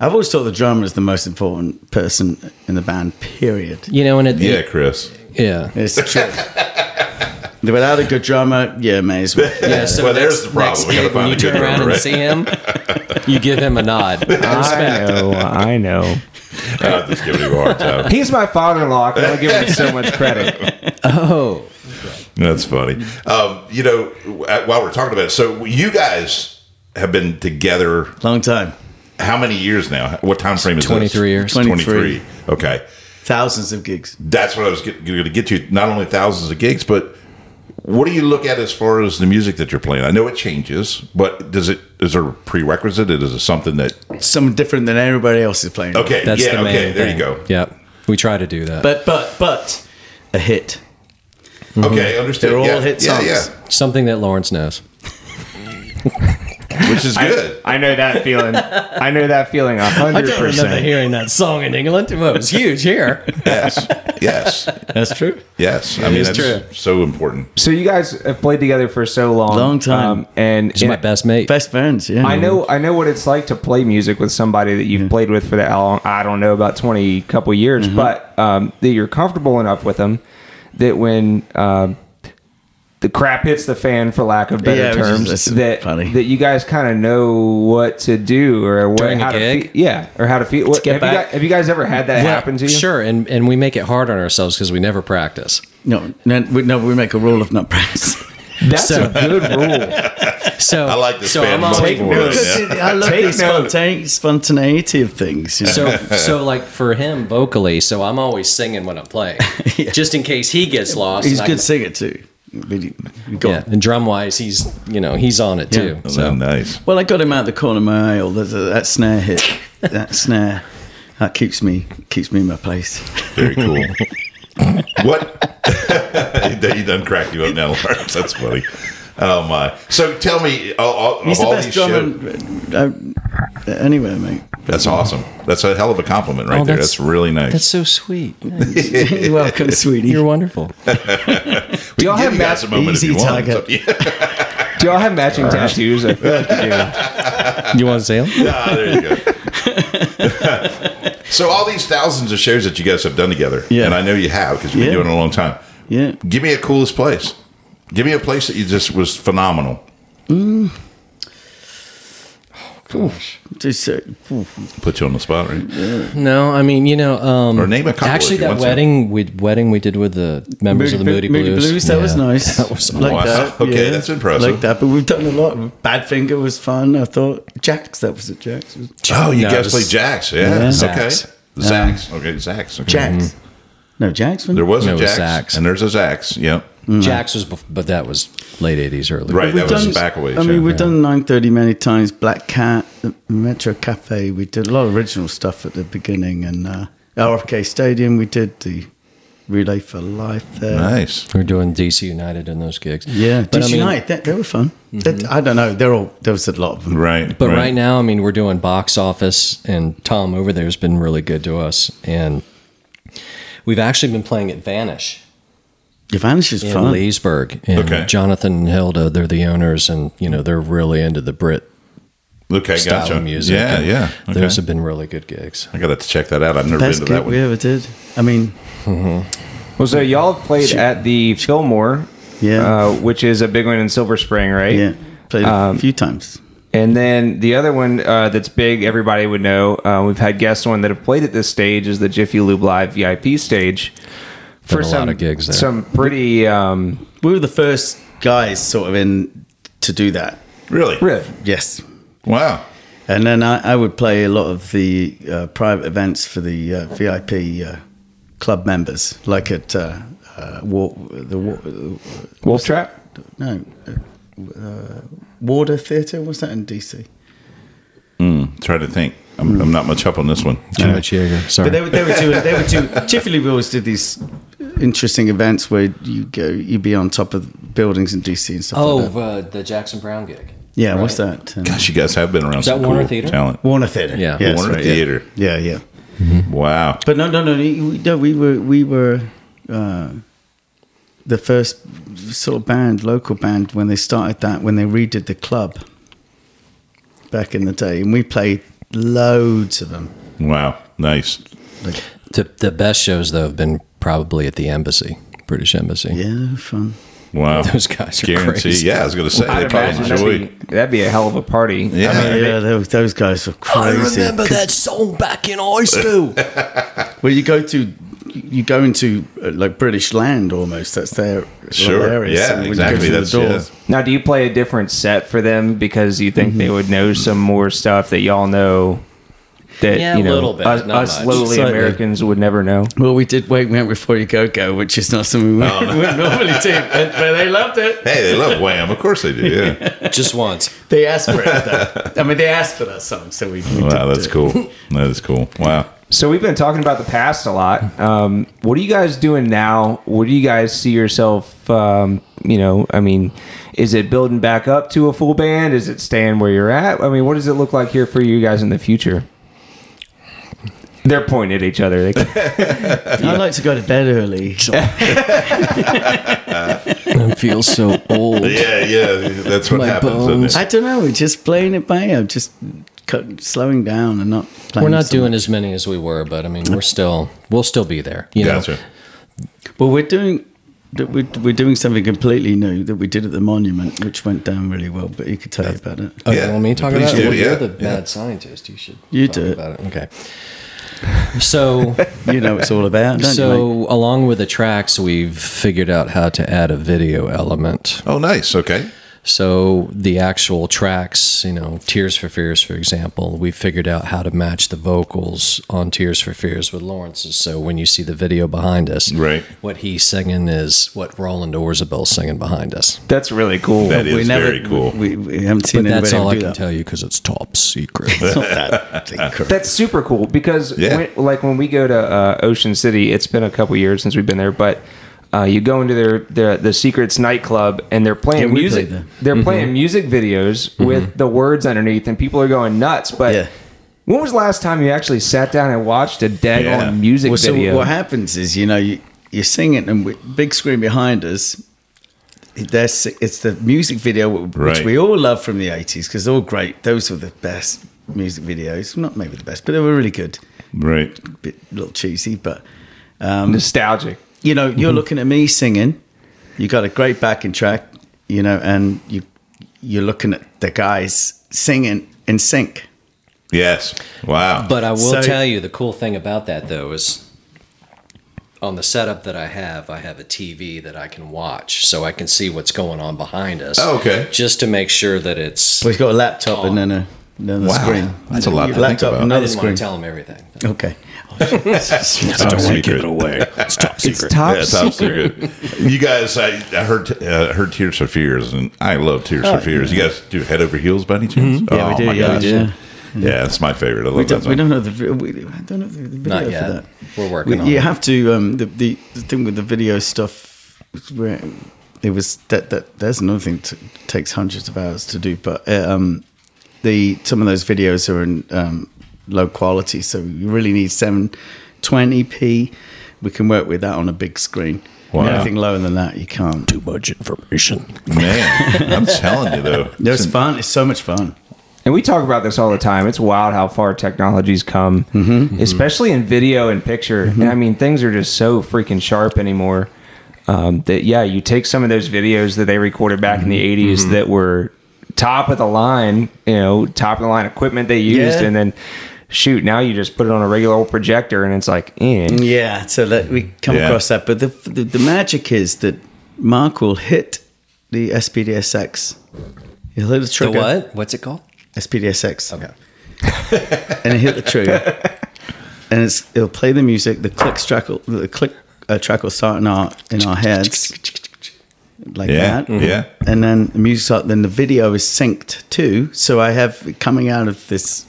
Speaker 4: I've always thought the drummer is the most important person in the band. Period.
Speaker 3: You know, and it,
Speaker 1: Yeah,
Speaker 3: it-
Speaker 1: Chris.
Speaker 3: yeah, yeah.
Speaker 4: It's true. Without a good drummer, yeah, may as well.
Speaker 3: so
Speaker 1: Well, there's
Speaker 3: next-
Speaker 1: the problem.
Speaker 3: next
Speaker 1: We gotta
Speaker 3: gig,
Speaker 1: find
Speaker 3: when you
Speaker 1: a good
Speaker 3: turn around
Speaker 1: drummer,
Speaker 3: and
Speaker 1: right?
Speaker 3: see him, you give him a nod.
Speaker 2: I know, I know.
Speaker 1: I'm just giving you a hard time.
Speaker 2: He's my father-in-law. I don't give him so much credit.
Speaker 3: Oh,
Speaker 1: That's funny. Um, you know, wh- while we're talking about it, so you guys have been together
Speaker 4: Long time.
Speaker 1: how many years now? What time frame is
Speaker 3: 23 years.
Speaker 1: this? 23. Okay.
Speaker 4: Thousands of gigs.
Speaker 1: That's what I was going to get to. Not only thousands of gigs, but What do you look at as far as the music that you're playing? I know it changes, but does it is there a prerequisite? Is it something that
Speaker 4: Something different than everybody else is playing.
Speaker 1: okay?
Speaker 3: That's
Speaker 1: yeah,
Speaker 3: the main
Speaker 1: okay. There you
Speaker 3: thing.
Speaker 1: go.
Speaker 3: Yep. We try to do that.
Speaker 4: But but but a hit.
Speaker 3: Mm-hmm.
Speaker 1: Okay, understood.
Speaker 4: They're all
Speaker 1: yeah,
Speaker 4: hit
Speaker 1: yeah,
Speaker 4: songs.
Speaker 1: yeah,
Speaker 3: Something that Lawrence knows.
Speaker 1: which is good.
Speaker 2: I know that feeling. I know that feeling a
Speaker 3: I
Speaker 2: hundred
Speaker 3: don't remember
Speaker 2: percent.
Speaker 3: hearing that song in England. Well, it was huge here.
Speaker 1: yes, yes,
Speaker 3: That's true.
Speaker 1: yes. I mean,
Speaker 3: is
Speaker 1: that's
Speaker 3: true.
Speaker 1: so important.
Speaker 2: So you guys have played together for so long, um,
Speaker 4: Long time.
Speaker 2: and
Speaker 3: He's my
Speaker 2: and
Speaker 3: best mate.
Speaker 4: Best friends, yeah.
Speaker 2: I know, I know what it's like to play music with somebody that you've
Speaker 4: Mm-hmm.
Speaker 2: played with for that long. I don't know about twenty couple years, but um, that you're comfortable enough with them that when um, the crap hits the fan, for lack of better
Speaker 4: Yeah, which is-
Speaker 2: terms,
Speaker 4: that's
Speaker 2: that
Speaker 4: funny.
Speaker 2: that you guys kind of know what to do or what,
Speaker 3: During a
Speaker 2: how to
Speaker 3: gig?
Speaker 2: fe- yeah, or how to feel. What,
Speaker 4: get
Speaker 2: have, you
Speaker 4: back.
Speaker 2: guys, have you guys ever had that happen to you?
Speaker 3: Sure, and, and we make it hard on ourselves because we never practice.
Speaker 4: No, no, we, no, we make a rule of not practice.
Speaker 2: that's
Speaker 3: So-
Speaker 2: a good rule.
Speaker 3: So
Speaker 1: I like this
Speaker 3: so
Speaker 1: band
Speaker 3: I'm
Speaker 1: much
Speaker 3: always-
Speaker 1: more.
Speaker 4: Because
Speaker 1: Yeah.
Speaker 4: it- I love
Speaker 2: Take
Speaker 4: the
Speaker 2: note.
Speaker 4: spontane- spontaneity of things. you know.
Speaker 3: So so like for him vocally, so I'm always singing when I'm playing, just in case he gets lost.
Speaker 4: he's a
Speaker 3: and
Speaker 4: good
Speaker 3: I can-
Speaker 4: singer too. But he- go on.
Speaker 3: Yeah, and drum wise, he's you know he's on it too.
Speaker 1: Oh,
Speaker 3: So
Speaker 1: nice.
Speaker 4: Well, I got him out the corner of my eye. All that, that snare hit, that snare, that keeps me keeps me in my place.
Speaker 1: Very cool. what? he done cracked you up now, Lawrence. That's funny. Oh my! So tell me, uh, uh,
Speaker 4: He's
Speaker 1: of
Speaker 4: the
Speaker 1: all
Speaker 4: best
Speaker 1: these shows,
Speaker 4: drummer uh, anywhere, mate.
Speaker 1: that's awesome. That's a hell of a compliment right
Speaker 3: Oh,
Speaker 1: there.
Speaker 3: that's-
Speaker 1: That's really nice.
Speaker 3: that's so sweet.
Speaker 4: You're welcome, sweetie.
Speaker 3: You're wonderful.
Speaker 1: we
Speaker 2: y'all
Speaker 1: can give
Speaker 2: have
Speaker 1: you guys a
Speaker 2: that
Speaker 1: moment if
Speaker 4: easy
Speaker 1: you want.
Speaker 4: target?
Speaker 1: It's up to you.
Speaker 2: Do y'all have matching tattoos? I feel like you do.
Speaker 3: You want to say it?
Speaker 1: Ah, there you go. so all these thousands of shows that you guys have done together,
Speaker 4: Yeah.
Speaker 1: and I know you have because you've been
Speaker 4: Yeah.
Speaker 1: doing it a long time.
Speaker 4: yeah,
Speaker 1: Give me a coolest place. Give me a place that you just was phenomenal.
Speaker 4: just uh, ooh,
Speaker 1: Put you on the spot, right?
Speaker 3: No, I mean you know. Um,
Speaker 1: Or name a couple
Speaker 3: Actually,
Speaker 1: if you
Speaker 3: that
Speaker 1: want to.
Speaker 3: wedding we wedding we did with the members of the Moody, Blues.
Speaker 4: That
Speaker 3: Yeah.
Speaker 4: was nice.
Speaker 3: That was
Speaker 4: like
Speaker 1: Wow.
Speaker 4: that.
Speaker 1: Okay,
Speaker 4: yeah.
Speaker 1: that's impressive.
Speaker 4: Like that, but we've done a lot. Badfinger was fun. I thought Jack's. That was at Jack's. was-
Speaker 1: Oh, you
Speaker 3: No,
Speaker 1: guys
Speaker 3: it
Speaker 1: play
Speaker 3: was-
Speaker 1: jacks, yeah?
Speaker 4: Yeah.
Speaker 3: Sax.
Speaker 1: Okay, Zax. Okay, Zax. Okay.
Speaker 4: Jack's.
Speaker 3: Mm-hmm.
Speaker 4: No, Jack's.
Speaker 1: There was
Speaker 3: No,
Speaker 1: a
Speaker 3: it
Speaker 1: Jax,
Speaker 3: was sax.
Speaker 1: and there's a Zax. Yep.
Speaker 4: mm.
Speaker 3: Jack's was, bef- but that was late '80s, early.
Speaker 1: Right.
Speaker 4: We've
Speaker 1: that was
Speaker 4: done-
Speaker 1: back away.
Speaker 4: I mean, we've
Speaker 1: yeah.
Speaker 4: done 9:30 many times. Black Cat, the Metro Cafe. We did a lot of original stuff at the beginning, and uh, RFK Stadium. We did the Relay for Life there.
Speaker 1: nice.
Speaker 3: We were doing DC United in those gigs.
Speaker 4: Yeah,
Speaker 3: but
Speaker 4: DC
Speaker 3: I mean,
Speaker 4: United. They, they were fun.
Speaker 1: Mm-hmm.
Speaker 4: They- I don't know. They're all. There was a lot of them.
Speaker 1: Right.
Speaker 3: But right. now, I mean, we're doing box office, and Tom over there has been really good to us, and we've actually been playing at Vanish
Speaker 4: The Vanish is
Speaker 3: in
Speaker 4: fun.
Speaker 3: Leesburg, and
Speaker 1: Okay.
Speaker 3: Jonathan and Hilda, they're the owners, and you know they're really into the Brit
Speaker 1: okay,
Speaker 3: style
Speaker 1: gotcha.
Speaker 3: of music.
Speaker 1: Yeah,
Speaker 3: and
Speaker 1: yeah. Okay.
Speaker 3: those have been really good gigs.
Speaker 1: I gotta check that out. I've never
Speaker 4: Best
Speaker 1: been to that
Speaker 4: gig we
Speaker 1: one.
Speaker 4: ever did. I mean,
Speaker 2: Well, so y'all have played at the Fillmore,
Speaker 4: Yeah.
Speaker 2: uh, which is a big one in Silver Spring, right?
Speaker 4: yeah, played
Speaker 1: Um,
Speaker 4: a few times.
Speaker 2: And then the other one uh, that's big, everybody would know. Uh, we've had guests on that have played at this stage is the Jiffy Lube Live VIP stage. For
Speaker 3: a lot of gigs there.
Speaker 2: some pretty um,
Speaker 4: We were the first guys sort of in to do that.
Speaker 1: Really?
Speaker 2: riff.
Speaker 4: Yes.
Speaker 1: Wow.
Speaker 4: And then I, I would play a lot of the uh, private events for the uh, VIP uh, club members, like at uh, uh, War, the War,
Speaker 2: Wolf Trap.
Speaker 4: no uh, uh, Warder Theatre. What's that in DC?
Speaker 1: Trying to think. I'm, I'm not much up on this one.
Speaker 3: Jimmy Chieger, sorry.
Speaker 4: But they would they would do they would do. Jiffy Lube always did these interesting events where you go you'd be on top of buildings in DC and stuff. like
Speaker 3: oh,
Speaker 4: that.
Speaker 3: uh, the Jackson Brown gig.
Speaker 4: yeah. What's that? Um,
Speaker 1: Gosh, you guys have been around
Speaker 3: that
Speaker 1: some
Speaker 3: Warner
Speaker 1: cool
Speaker 3: Theater?
Speaker 1: talent.
Speaker 4: Warner Theatre.
Speaker 3: Yeah.
Speaker 4: that's
Speaker 1: Warner Theatre.
Speaker 4: Yeah. yeah, yeah.
Speaker 1: Wow.
Speaker 4: But no, no, no, we- no. We were we were uh, the first sort of band, local band, when they started that. When they redid the club back in the day, and we played loads of them.
Speaker 1: Wow. Nice.
Speaker 3: The the best shows though have been probably at the Embassy, British Embassy.
Speaker 4: Yeah, fun.
Speaker 1: Wow.
Speaker 3: Those guys are
Speaker 1: Guarantee.
Speaker 3: crazy.
Speaker 1: Yeah, I was gonna say
Speaker 2: I'd
Speaker 1: they
Speaker 2: imagine
Speaker 1: probably
Speaker 2: that'd
Speaker 1: enjoy.
Speaker 2: be, that'd be a hell of a party.
Speaker 1: Yeah.
Speaker 4: yeah, those, those guys were crazy. 'Cause-
Speaker 3: song back in high school.
Speaker 4: Well, you go to you go into uh, like British land almost. That's their little
Speaker 1: Sure.
Speaker 4: area.
Speaker 1: Yeah,
Speaker 4: when you go
Speaker 1: exactly.
Speaker 4: through
Speaker 1: That's- yeah.
Speaker 2: Now, do you play a
Speaker 1: Mm-hmm.
Speaker 2: different set for them because you think they would know some more stuff that y'all know? that
Speaker 3: Yeah, a
Speaker 2: you know
Speaker 3: little bit,
Speaker 2: us,
Speaker 3: not
Speaker 2: us
Speaker 3: much.
Speaker 2: lowly
Speaker 4: Slightly.
Speaker 2: Americans would never know.
Speaker 4: Well, we did Wake Me Up Before You Go Go, which is not something
Speaker 1: Oh,
Speaker 4: we would normally do, but, but they loved it.
Speaker 1: Hey, they love Wham. Of course they do. Yeah.
Speaker 3: Just once.
Speaker 4: They asked for it. Though. I mean, they asked for that song, so we. we
Speaker 1: wow,
Speaker 4: did
Speaker 1: that's
Speaker 4: do it.
Speaker 1: cool. That is cool. Wow.
Speaker 2: So we've been talking about the past a lot. Um, what are you guys doing now? What do you guys see yourself? Um, you know, I mean, is it building back up to a full band? Is it staying where you're at? I mean, what does it look like here for you guys in the future? They're pointing at each other. They can-
Speaker 4: I like to go to bed early.
Speaker 3: I feel so old.
Speaker 1: Yeah, yeah. That's what
Speaker 3: My
Speaker 1: happens.
Speaker 3: bones.
Speaker 1: Isn't
Speaker 4: I
Speaker 1: it?
Speaker 4: don't know. We're just playing it by ear, just cut, slowing down and not. Playing
Speaker 3: We're not
Speaker 4: so
Speaker 3: doing
Speaker 4: much.
Speaker 3: as many as we were, but I mean, we're still we'll still be there. You know?
Speaker 1: Gotcha.
Speaker 4: Well, we're doing. that We're we're doing something completely new that we did at the monument, which went down really well. But you could tell you about it.
Speaker 3: Oh,
Speaker 1: Yeah.
Speaker 3: you want me to talk
Speaker 1: Please
Speaker 3: about it?
Speaker 1: do,
Speaker 3: Well,
Speaker 1: yeah,
Speaker 3: You're the
Speaker 1: yeah.
Speaker 3: bad scientist. You should.
Speaker 4: You
Speaker 3: talk
Speaker 4: do it.
Speaker 3: About it. Okay. So,
Speaker 4: You know, it's all about. Don't you, mate?
Speaker 3: so along with the tracks, we've figured out how to add a video element.
Speaker 1: Oh, nice. Okay.
Speaker 3: So the actual tracks, you know, Tears for Fears, for example, we figured out how to match the vocals on Tears for Fears with Lawrence's. So when you see the video behind us,
Speaker 1: Right.
Speaker 3: what he's singing is what Roland Orzabale's singing behind us.
Speaker 2: that's really cool.
Speaker 1: That is
Speaker 4: we never,
Speaker 1: very cool.
Speaker 4: We, we haven't seen
Speaker 3: But that's
Speaker 4: anybody
Speaker 3: all I
Speaker 4: do
Speaker 3: can
Speaker 4: that.
Speaker 3: tell you because it's top secret.
Speaker 2: That's super cool because
Speaker 1: Yeah.
Speaker 2: when, like when we go to uh, Ocean City, it's been a couple years since we've been there, but uh, you go into their, their the Secrets nightclub and they're playing
Speaker 4: Yeah, we
Speaker 2: music.
Speaker 4: played there.
Speaker 2: They're playing music videos with the words underneath, and people are going nuts. But
Speaker 4: Mm-hmm. Yeah.
Speaker 2: when was the last time you actually sat down and watched a dead
Speaker 1: Yeah.
Speaker 2: on music
Speaker 4: Well,
Speaker 2: video?
Speaker 4: so what happens is, you know, you, you sing it, and we, big screen behind us. There's, it's the music video which
Speaker 1: Right.
Speaker 4: we all love from the 80s because they're all great. Those were the best music videos. Not maybe the best, but they were really good.
Speaker 1: Right.
Speaker 4: bit, little cheesy, but
Speaker 2: Nostalgic.
Speaker 4: you know,
Speaker 1: Mm-hmm.
Speaker 4: you're looking at me singing. You got a great backing track, you know, and you you're looking at the guys singing in sync.
Speaker 1: Yes. Wow.
Speaker 3: But I will
Speaker 4: So-
Speaker 3: tell you the cool thing about that though is on the setup that I have, I have a TV that I can watch so I can see what's going on behind us.
Speaker 1: Oh, okay.
Speaker 3: Just to make sure that it's
Speaker 4: Well, he's got a laptop and then a another
Speaker 1: Wow.
Speaker 4: screen.
Speaker 1: That's a lot to think
Speaker 4: laptop,
Speaker 1: about.
Speaker 3: I
Speaker 4: Another
Speaker 3: didn't
Speaker 4: screen.
Speaker 3: want to tell him everything.
Speaker 4: Okay.
Speaker 1: I don't want to give it away.
Speaker 2: It's top
Speaker 1: Yeah, top secret. you guys, I, I heard uh, heard Tears for Fears, and I love Tears for Fears. You guys do Head Over Heels by any chance?
Speaker 4: Oh, Mm-hmm.
Speaker 1: Oh,
Speaker 4: Yeah, we do, yeah, we do.
Speaker 1: Yeah, it's my favorite. I love
Speaker 4: We
Speaker 1: that
Speaker 4: don't,
Speaker 1: song.
Speaker 4: we don't know the vi- we, I don't know the, the video
Speaker 3: Not
Speaker 4: for
Speaker 3: yet.
Speaker 4: that.
Speaker 3: We're working
Speaker 4: We,
Speaker 3: on
Speaker 4: you
Speaker 3: it.
Speaker 4: have to um, the, the the thing with the video stuff. was Where it was that that there's another thing that takes hundreds of hours to do, but uh, um, the some of those videos are in um, low quality, so you really need 720p. We can work with that on a big screen.
Speaker 1: Wow.
Speaker 4: Anything lower than that, you can't.
Speaker 3: Too much information.
Speaker 1: Man, I'm telling you though.
Speaker 4: It's fun. It's so much fun.
Speaker 2: And we talk about this all the time. It's wild how far technology's come, especially in video and picture. And I mean, things are just so freaking sharp anymore. Um, that yeah, you take some of those videos that they recorded back in the '80s that were top of the line, you know, top of the line equipment they used,
Speaker 4: Yeah.
Speaker 2: and then shoot, now you just put it on a regular old projector, and it's like, eh.
Speaker 4: Yeah, so that we come
Speaker 1: Yeah.
Speaker 4: across that. But the, the the magic is that Mark will hit the SPDSX. He'll hit the
Speaker 3: The
Speaker 4: trigger.
Speaker 3: what? What's it called?
Speaker 4: SPDSX.
Speaker 3: Okay.
Speaker 4: And he'll hit the trigger. and it's it'll play the music. The click track will, the click uh, track will start in our in our heads. Like
Speaker 1: Yeah, Mm-hmm.
Speaker 4: that.
Speaker 1: yeah.
Speaker 4: And then the music start then the video is synced too. So I have it coming out of this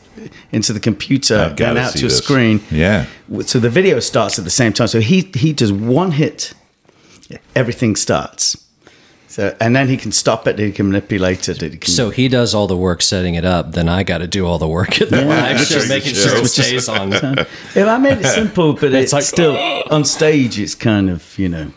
Speaker 4: into the computer,
Speaker 1: I've
Speaker 4: then
Speaker 1: gotta
Speaker 4: out
Speaker 1: see
Speaker 4: to a
Speaker 1: this.
Speaker 4: screen
Speaker 1: Yeah.
Speaker 4: so the video starts at the same time. So he he does one hit, everything starts. So and then he can stop it. He can manipulate it. He can,
Speaker 3: So he does all the work setting it up, then I got to do all the work at the live show,
Speaker 1: Just-
Speaker 3: making sure it
Speaker 1: just-
Speaker 3: stays on.
Speaker 4: yeah, I made it simple, but it's,
Speaker 3: like- "Oh!"
Speaker 4: still on stage. It's kind of you know.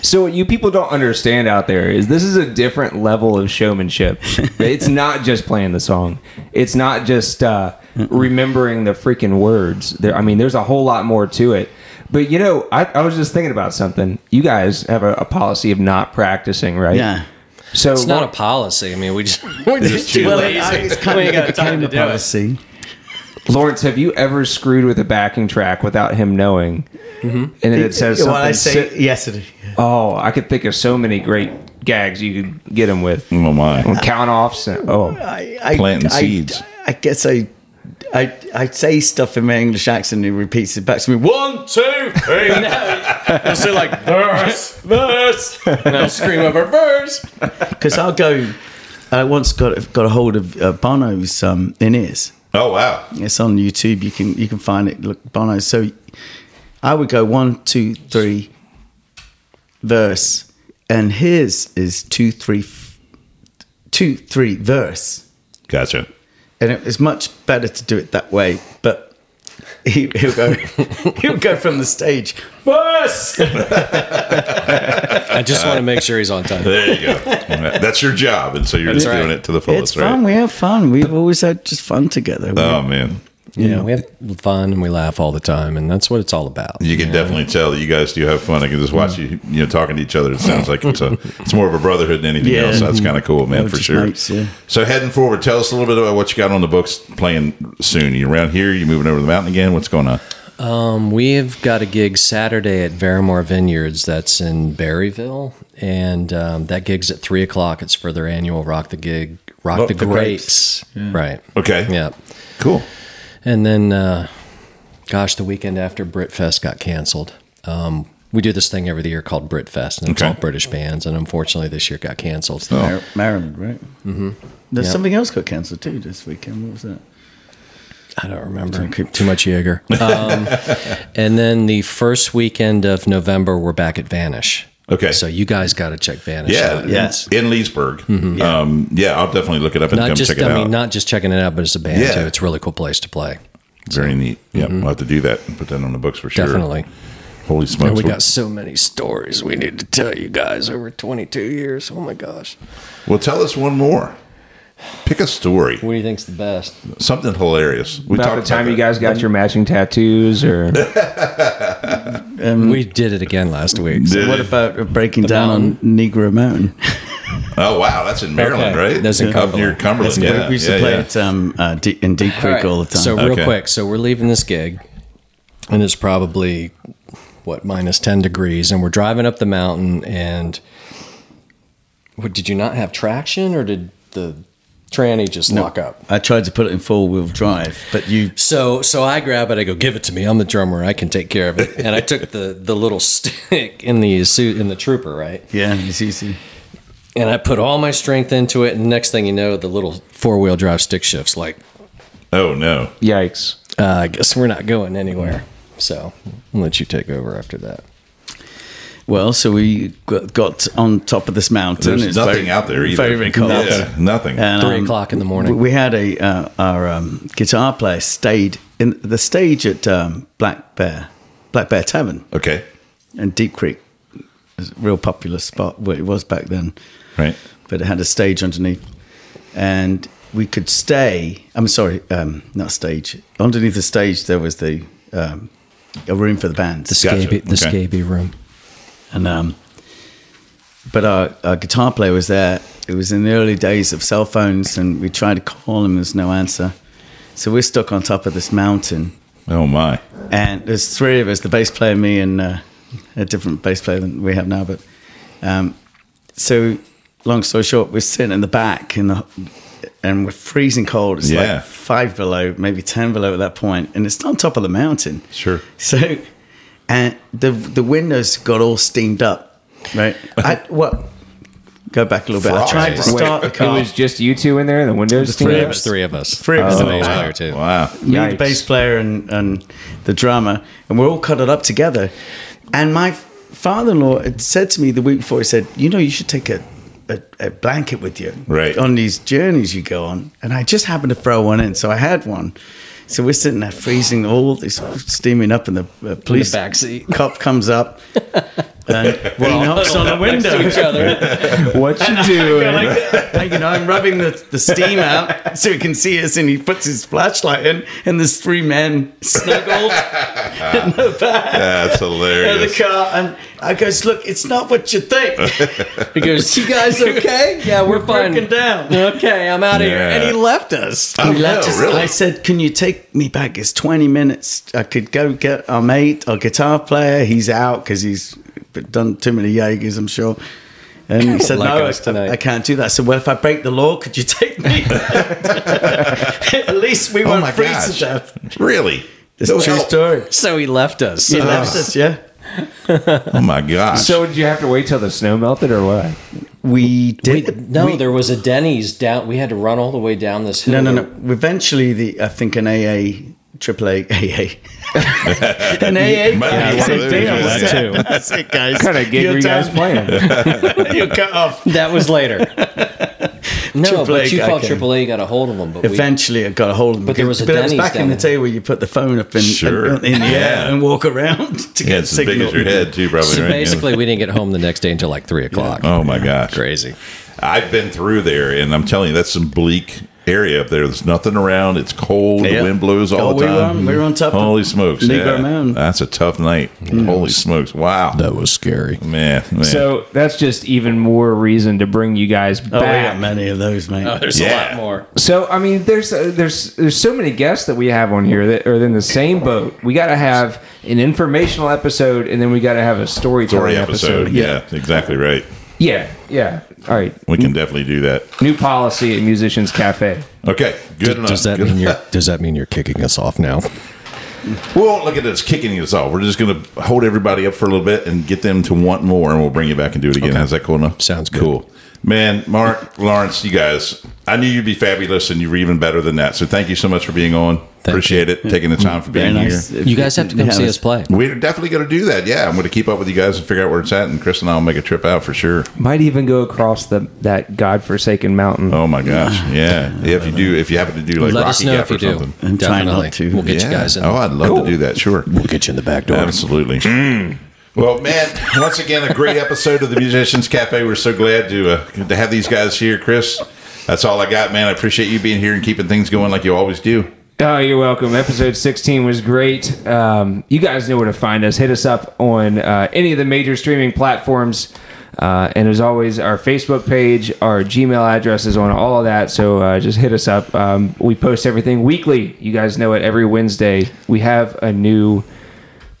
Speaker 2: So what you people don't understand out there is this is a different level of showmanship. it's not just playing the song. It's not just uh, remembering the freaking words. There, I mean, there's a whole lot more to it. But you know, I, I was just thinking about something. You guys have a, a policy of not practicing, right?
Speaker 4: Yeah.
Speaker 2: So
Speaker 3: It's not a policy. I mean, we just we're
Speaker 1: Just
Speaker 3: just too
Speaker 1: too
Speaker 3: lazy.
Speaker 1: lazy.
Speaker 3: We ain't got time to do it.
Speaker 4: policy.
Speaker 2: Lawrence, have you ever screwed with a backing track without him knowing?
Speaker 3: Mm-hmm.
Speaker 2: And then it says
Speaker 4: Well,
Speaker 2: something.
Speaker 4: I say
Speaker 2: si-
Speaker 4: yes, it is.
Speaker 2: oh, I could think of so many great gags you could get him with.
Speaker 4: Uh,
Speaker 1: Oh my.
Speaker 2: Count offs. And, oh.
Speaker 4: I, I
Speaker 1: Planting
Speaker 4: I-
Speaker 1: seeds.
Speaker 4: I guess I I, I say stuff in my English accent and he repeats it back to me. One, two, three. I'll say like verse, verse, and I'll scream over verse because I'll go. I once got got a hold of uh, Bono's um, "In Ears."
Speaker 1: Oh wow!
Speaker 4: It's on YouTube. You can you can find it. Look, Bono. So I would go one, two, three, verse, and his is two, three, f- two, three, verse,
Speaker 1: Gotcha.
Speaker 4: and it was much better to do it that way. But he, he'll go, he'll go from the stage, verse.
Speaker 3: I just want to make sure he's on time.
Speaker 1: There you go. That's your job, and so you're just doing
Speaker 3: right.
Speaker 1: it to the fullest,
Speaker 4: It's fun.
Speaker 1: right?
Speaker 4: We have fun. We've always had just fun together.
Speaker 1: Oh man,
Speaker 3: You know, we have fun and we laugh all the time, and that's what it's all about.
Speaker 1: you can definitely tell that you guys do have fun. I can just watch you, you know, talking to each other. It sounds like it's a, it's more of a brotherhood than anything
Speaker 4: Yeah.
Speaker 1: else. That's kind of cool, man,
Speaker 4: We're
Speaker 1: for
Speaker 4: just
Speaker 1: sure.
Speaker 4: mates, yeah.
Speaker 1: So heading forward, tell us a little bit about what you got on the books playing soon. You around here? You moving over to the mountain again? What's going on?
Speaker 3: Um, we've got a gig Saturday at Vermore Vineyards that's in Berryville, and um, that gig's at three o'clock. It's for their annual Rock the Gig, Rock, the,
Speaker 1: the
Speaker 3: Grapes, right?
Speaker 1: Okay.
Speaker 3: Yeah,
Speaker 1: Cool.
Speaker 3: and then, uh, gosh, the weekend after Britfest got canceled. Um, we do this thing every year called Britfest, and it's
Speaker 1: Okay.
Speaker 3: all British bands, and unfortunately this year it got canceled.
Speaker 4: Mar- Maryland, right? Mm-hmm. There's something else got cancelled too this weekend. What was that?
Speaker 3: I don't remember. Too much Jaeger. Um, and then the first weekend of November, we're back at Vanish.
Speaker 1: Okay.
Speaker 3: So you guys got to check Vanish out.
Speaker 1: Yeah.
Speaker 4: Yes.
Speaker 1: In Leesburg. Yeah. Um, yeah. I'll definitely look it up and
Speaker 3: Mm-hmm. not
Speaker 1: come
Speaker 3: just
Speaker 1: check it
Speaker 3: I
Speaker 1: out.
Speaker 3: mean, not just checking it out, but as a band
Speaker 1: Yeah.
Speaker 3: too. It's a really cool place to play.
Speaker 1: Very neat. Yeah. We'll have to do that and put that on the books for sure.
Speaker 3: Mm-hmm. Definitely.
Speaker 1: Holy smokes.
Speaker 3: we got so many stories we need to tell you guys over 22 years. Oh my gosh.
Speaker 1: Well, tell us one more. Pick a story.
Speaker 3: What do you think's the best?
Speaker 1: Something hilarious. We
Speaker 2: about the
Speaker 1: talked
Speaker 2: time
Speaker 1: that.
Speaker 2: you guys got your matching tattoos, or
Speaker 3: Mm. we did it again last week.
Speaker 1: Did
Speaker 4: What
Speaker 1: it?
Speaker 4: about breaking down on Negro Mountain?
Speaker 1: Oh wow, that's in Maryland,
Speaker 3: Okay.
Speaker 1: right?
Speaker 3: That's in
Speaker 1: Up near
Speaker 3: Cumberland.
Speaker 1: Cumberland. Yeah,
Speaker 4: we used
Speaker 1: yeah,
Speaker 4: to play
Speaker 1: yeah.
Speaker 4: at um, uh, D- in Deep Creek all the time.
Speaker 3: So real
Speaker 1: Okay.
Speaker 3: quick, so we're leaving this gig, and it's probably what minus ten degrees, and we're driving up the mountain, and what, did you not have traction, or did the tranny just lock up?
Speaker 4: I tried to put it in four wheel drive, but you
Speaker 3: So so I grab it. I go, give it to me. I'm the drummer. I can take care of it. And I took the the little stick in the suit in the trooper, right?
Speaker 4: yeah, it's easy.
Speaker 3: And I put all my strength into it. And next thing you know, the little four wheel drive stick shifts. Like
Speaker 1: Oh no.
Speaker 2: yikes!
Speaker 3: uh, I guess we're not going anywhere. So I'll let you take over after that.
Speaker 4: Well, so we got, got on top of this mountain.
Speaker 1: There's
Speaker 4: It's
Speaker 1: nothing
Speaker 4: very-
Speaker 1: out there either.
Speaker 4: Very very cold.
Speaker 1: Yeah, nothing.
Speaker 4: And, um,
Speaker 3: Three o'clock in the morning.
Speaker 4: We had a uh, our um, guitar player stayed in the stage at um, Black Bear Black Bear Tavern
Speaker 1: okay.
Speaker 4: in Deep Creek. It's a real popular spot. Well, it was back then.
Speaker 1: Right.
Speaker 4: but it had a stage underneath, and we could stay. I'm sorry, um, not stage. Underneath the stage, there was the um, a room for the band,
Speaker 3: The
Speaker 1: Gotcha.
Speaker 3: scaby, the
Speaker 1: Okay.
Speaker 3: scaby room.
Speaker 4: and um, but our, our guitar player was there. It was in the early days of cell phones, and we tried to call him. There's no answer, so we're stuck on top of this mountain.
Speaker 1: Oh my.
Speaker 4: and there's three of us the bass player me and uh, a different bass player than we have now but um, so long story short we're sitting in the back in the and we're freezing cold it's
Speaker 1: Yeah.
Speaker 4: like five below maybe ten below at that point and it's on top of the mountain
Speaker 1: Sure.
Speaker 4: so and the the windows got all steamed up right i what go back a little bit i
Speaker 1: Frost.
Speaker 4: tried to
Speaker 1: Wait,
Speaker 4: start the
Speaker 2: it
Speaker 4: car
Speaker 2: was just you two in there. The windows.
Speaker 4: three
Speaker 2: team?
Speaker 4: of
Speaker 3: It was three of us.
Speaker 4: Three of us.
Speaker 3: And the
Speaker 4: Oh,
Speaker 3: bass
Speaker 4: wow.
Speaker 3: player too.
Speaker 1: Wow.
Speaker 4: me,
Speaker 2: Yikes.
Speaker 4: the bass player, and, and the drummer, and we're all cuddled up together. And my father-in-law had said to me the week before, he said, "You know, you should take a, a, a blanket with you
Speaker 1: Right.
Speaker 4: on these journeys you go on." And I just happened to throw one in, so I had one. So we're sitting there freezing, all this steaming up, and the uh, police
Speaker 3: backseat.
Speaker 4: cop comes up and he knocks on the window.
Speaker 2: What you doing?
Speaker 4: Like, like, you know, I'm rubbing the, the steam out so he can see us, and he puts his flashlight in, and there's three men snuggled in the back
Speaker 1: That's
Speaker 4: of the
Speaker 1: hilarious.
Speaker 4: car. And I goes, Look, it's not what you think.
Speaker 3: He goes, "You guys okay? Yeah, we're,
Speaker 4: Broken down.
Speaker 3: Okay, I'm out of
Speaker 1: Yeah.
Speaker 3: left us.
Speaker 1: Oh,
Speaker 4: We left
Speaker 1: no,
Speaker 4: us-
Speaker 1: really?
Speaker 4: I said, Can you take me back? It's 20 minutes. I could go get our mate, our guitar player. He's out because he's done too many Jaegers, I'm sure. And he said,
Speaker 3: Like
Speaker 4: no,
Speaker 3: us
Speaker 4: I,
Speaker 3: tonight.
Speaker 4: I can't do that. I said, well, if I break the law, could you take me? At least we
Speaker 1: Oh
Speaker 4: won't
Speaker 1: my
Speaker 4: freeze
Speaker 1: gosh.
Speaker 4: to death.
Speaker 1: Really?
Speaker 4: It's
Speaker 1: No
Speaker 4: a true
Speaker 1: help.
Speaker 4: story.
Speaker 3: So he left us.
Speaker 4: He left us, yeah.
Speaker 1: Oh my gosh.
Speaker 2: So did you have to wait till the snow melted or what?
Speaker 4: We
Speaker 3: We-
Speaker 4: did.
Speaker 3: no, there was a Denny's down. We had to run all the way down this hill.
Speaker 4: No, no, no. Eventually, the I think an AA, AAA, AA, an AA.
Speaker 1: Might be
Speaker 4: guy
Speaker 1: one of
Speaker 4: said,
Speaker 1: those,
Speaker 4: "Damn,
Speaker 1: yeah.
Speaker 4: that's
Speaker 3: That
Speaker 4: it. That's it, guys.
Speaker 2: What kind of gig
Speaker 4: You're
Speaker 2: were you guys
Speaker 4: done.
Speaker 2: playing?
Speaker 4: You're cut off.
Speaker 3: That was later. no,
Speaker 4: AAA
Speaker 3: but you
Speaker 4: guy
Speaker 3: called
Speaker 4: came.
Speaker 3: AAA, got a hold of them. But we,
Speaker 4: Eventually, I got a hold of him.
Speaker 3: But there was a
Speaker 4: it
Speaker 3: Denny's
Speaker 4: back in
Speaker 3: down
Speaker 4: the
Speaker 3: there.
Speaker 4: day where you put the phone up in,
Speaker 1: Sure.
Speaker 4: in, in the air
Speaker 1: Yeah.
Speaker 4: and walk around to
Speaker 1: yeah,
Speaker 4: get
Speaker 1: it's as big
Speaker 4: signal.
Speaker 1: as your head too, probably.
Speaker 3: so
Speaker 1: right? Oh, Yeah.
Speaker 3: basically, we didn't get home the next day until like three o'clock.
Speaker 1: Oh my gosh.
Speaker 3: Crazy.
Speaker 1: I've been through there, and I'm telling you, that's some bleak area up there. There's nothing around. It's cold.
Speaker 4: Yeah.
Speaker 1: The wind blows all
Speaker 4: Oh,
Speaker 1: the
Speaker 4: we were
Speaker 1: time.
Speaker 4: on- we were on top of
Speaker 1: Holy smokes!
Speaker 4: Negro
Speaker 1: yeah.
Speaker 4: Mountain.
Speaker 1: That's a tough night. Holy smokes! Wow,
Speaker 3: That was scary.
Speaker 1: man. man.
Speaker 2: So that's just even more reason to bring you guys
Speaker 4: Oh, we got
Speaker 2: back.
Speaker 4: many of those, mate.
Speaker 3: There's
Speaker 1: Yeah.
Speaker 3: a lot more.
Speaker 2: so I mean, there's uh, there's there's so many guests that we have on here that are in the same boat. We got to have an informational episode, and then we got to have a storytelling
Speaker 1: story
Speaker 2: episode.
Speaker 1: episode. Yeah. exactly right.
Speaker 2: Yeah, yeah. All right,
Speaker 1: We can definitely do that.
Speaker 2: new policy at Musicians Cafe.
Speaker 1: Okay, good enough.
Speaker 3: Does that
Speaker 1: Good
Speaker 3: mean you're?
Speaker 1: enough.
Speaker 3: Does that mean you're kicking us off now?
Speaker 1: We won't look at it as kicking us off. We're just going to hold everybody up for a little bit and get them to want more, and we'll bring you back and do it again. How's that cool enough?
Speaker 3: Sounds good.
Speaker 1: cool, man. Mark Lawrence, you guys, I knew you'd be fabulous, and you were even better than that. So thank you so much for being on. Appreciate it, taking the time for
Speaker 4: Very
Speaker 1: being
Speaker 4: nice.
Speaker 1: here.
Speaker 3: You guys have to come
Speaker 4: Yeah,
Speaker 3: see
Speaker 4: it's-
Speaker 3: us play.
Speaker 1: We're definitely going to do that. Yeah, I'm going to keep up with you guys and figure out where it's at, and Chris and I'll make a trip out for sure.
Speaker 2: Might even go across the that godforsaken mountain.
Speaker 1: Oh my gosh, yeah. If you do, if you happen to do like
Speaker 3: Let
Speaker 1: Rocky
Speaker 3: us know
Speaker 1: Gap
Speaker 3: if you
Speaker 1: or
Speaker 3: do.
Speaker 1: something,
Speaker 4: I'm trying not
Speaker 3: Definitely.
Speaker 4: to.
Speaker 3: We'll get
Speaker 1: Yeah.
Speaker 3: you guys in.
Speaker 1: Oh, I'd love
Speaker 2: Cool.
Speaker 1: to do that. Sure.
Speaker 3: We'll get you in the back door.
Speaker 1: Absolutely. Mm. Well, man, once again, a great episode of the Musicians Cafe. We're so glad to uh, to have these guys here, Chris. That's all I got, man. I appreciate you being here and keeping things going like you always do.
Speaker 2: Oh, you're welcome. Episode 16 was great. Um, you guys know where to find us. Hit us up on uh, any of the major streaming platforms. Uh, and as always, our Facebook page, our Gmail address is on all of that. So uh, just hit us up. Um, we post everything weekly. You guys know it. Every Wednesday, we have a new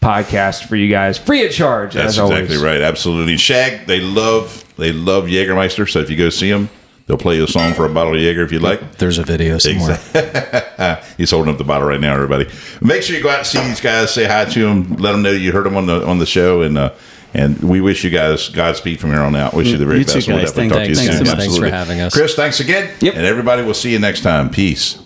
Speaker 2: podcast for you guys, free of charge.
Speaker 1: That's
Speaker 2: as always.
Speaker 1: exactly right. Absolutely. Shag, they love they love Jägermeister. So if you go see them, they'll play you a song for a bottle of Jaeger if you like.
Speaker 3: There's a video somewhere.
Speaker 1: He's holding up the bottle right now, everybody. Make sure you go out and see these guys, say hi to them, let them know you heard them on the on the show, and uh, and we wish you guys Godspeed from here on out. Wish you the very
Speaker 4: You too,
Speaker 1: best. We'll
Speaker 4: guys.
Speaker 1: definitely
Speaker 4: Thank-
Speaker 1: talk to you
Speaker 3: thanks
Speaker 1: soon.
Speaker 3: so much. Thanks for
Speaker 1: Absolutely.
Speaker 3: having us.
Speaker 1: Chris. Thanks again,
Speaker 2: Yep.
Speaker 1: and everybody. We'll see you next time. Peace.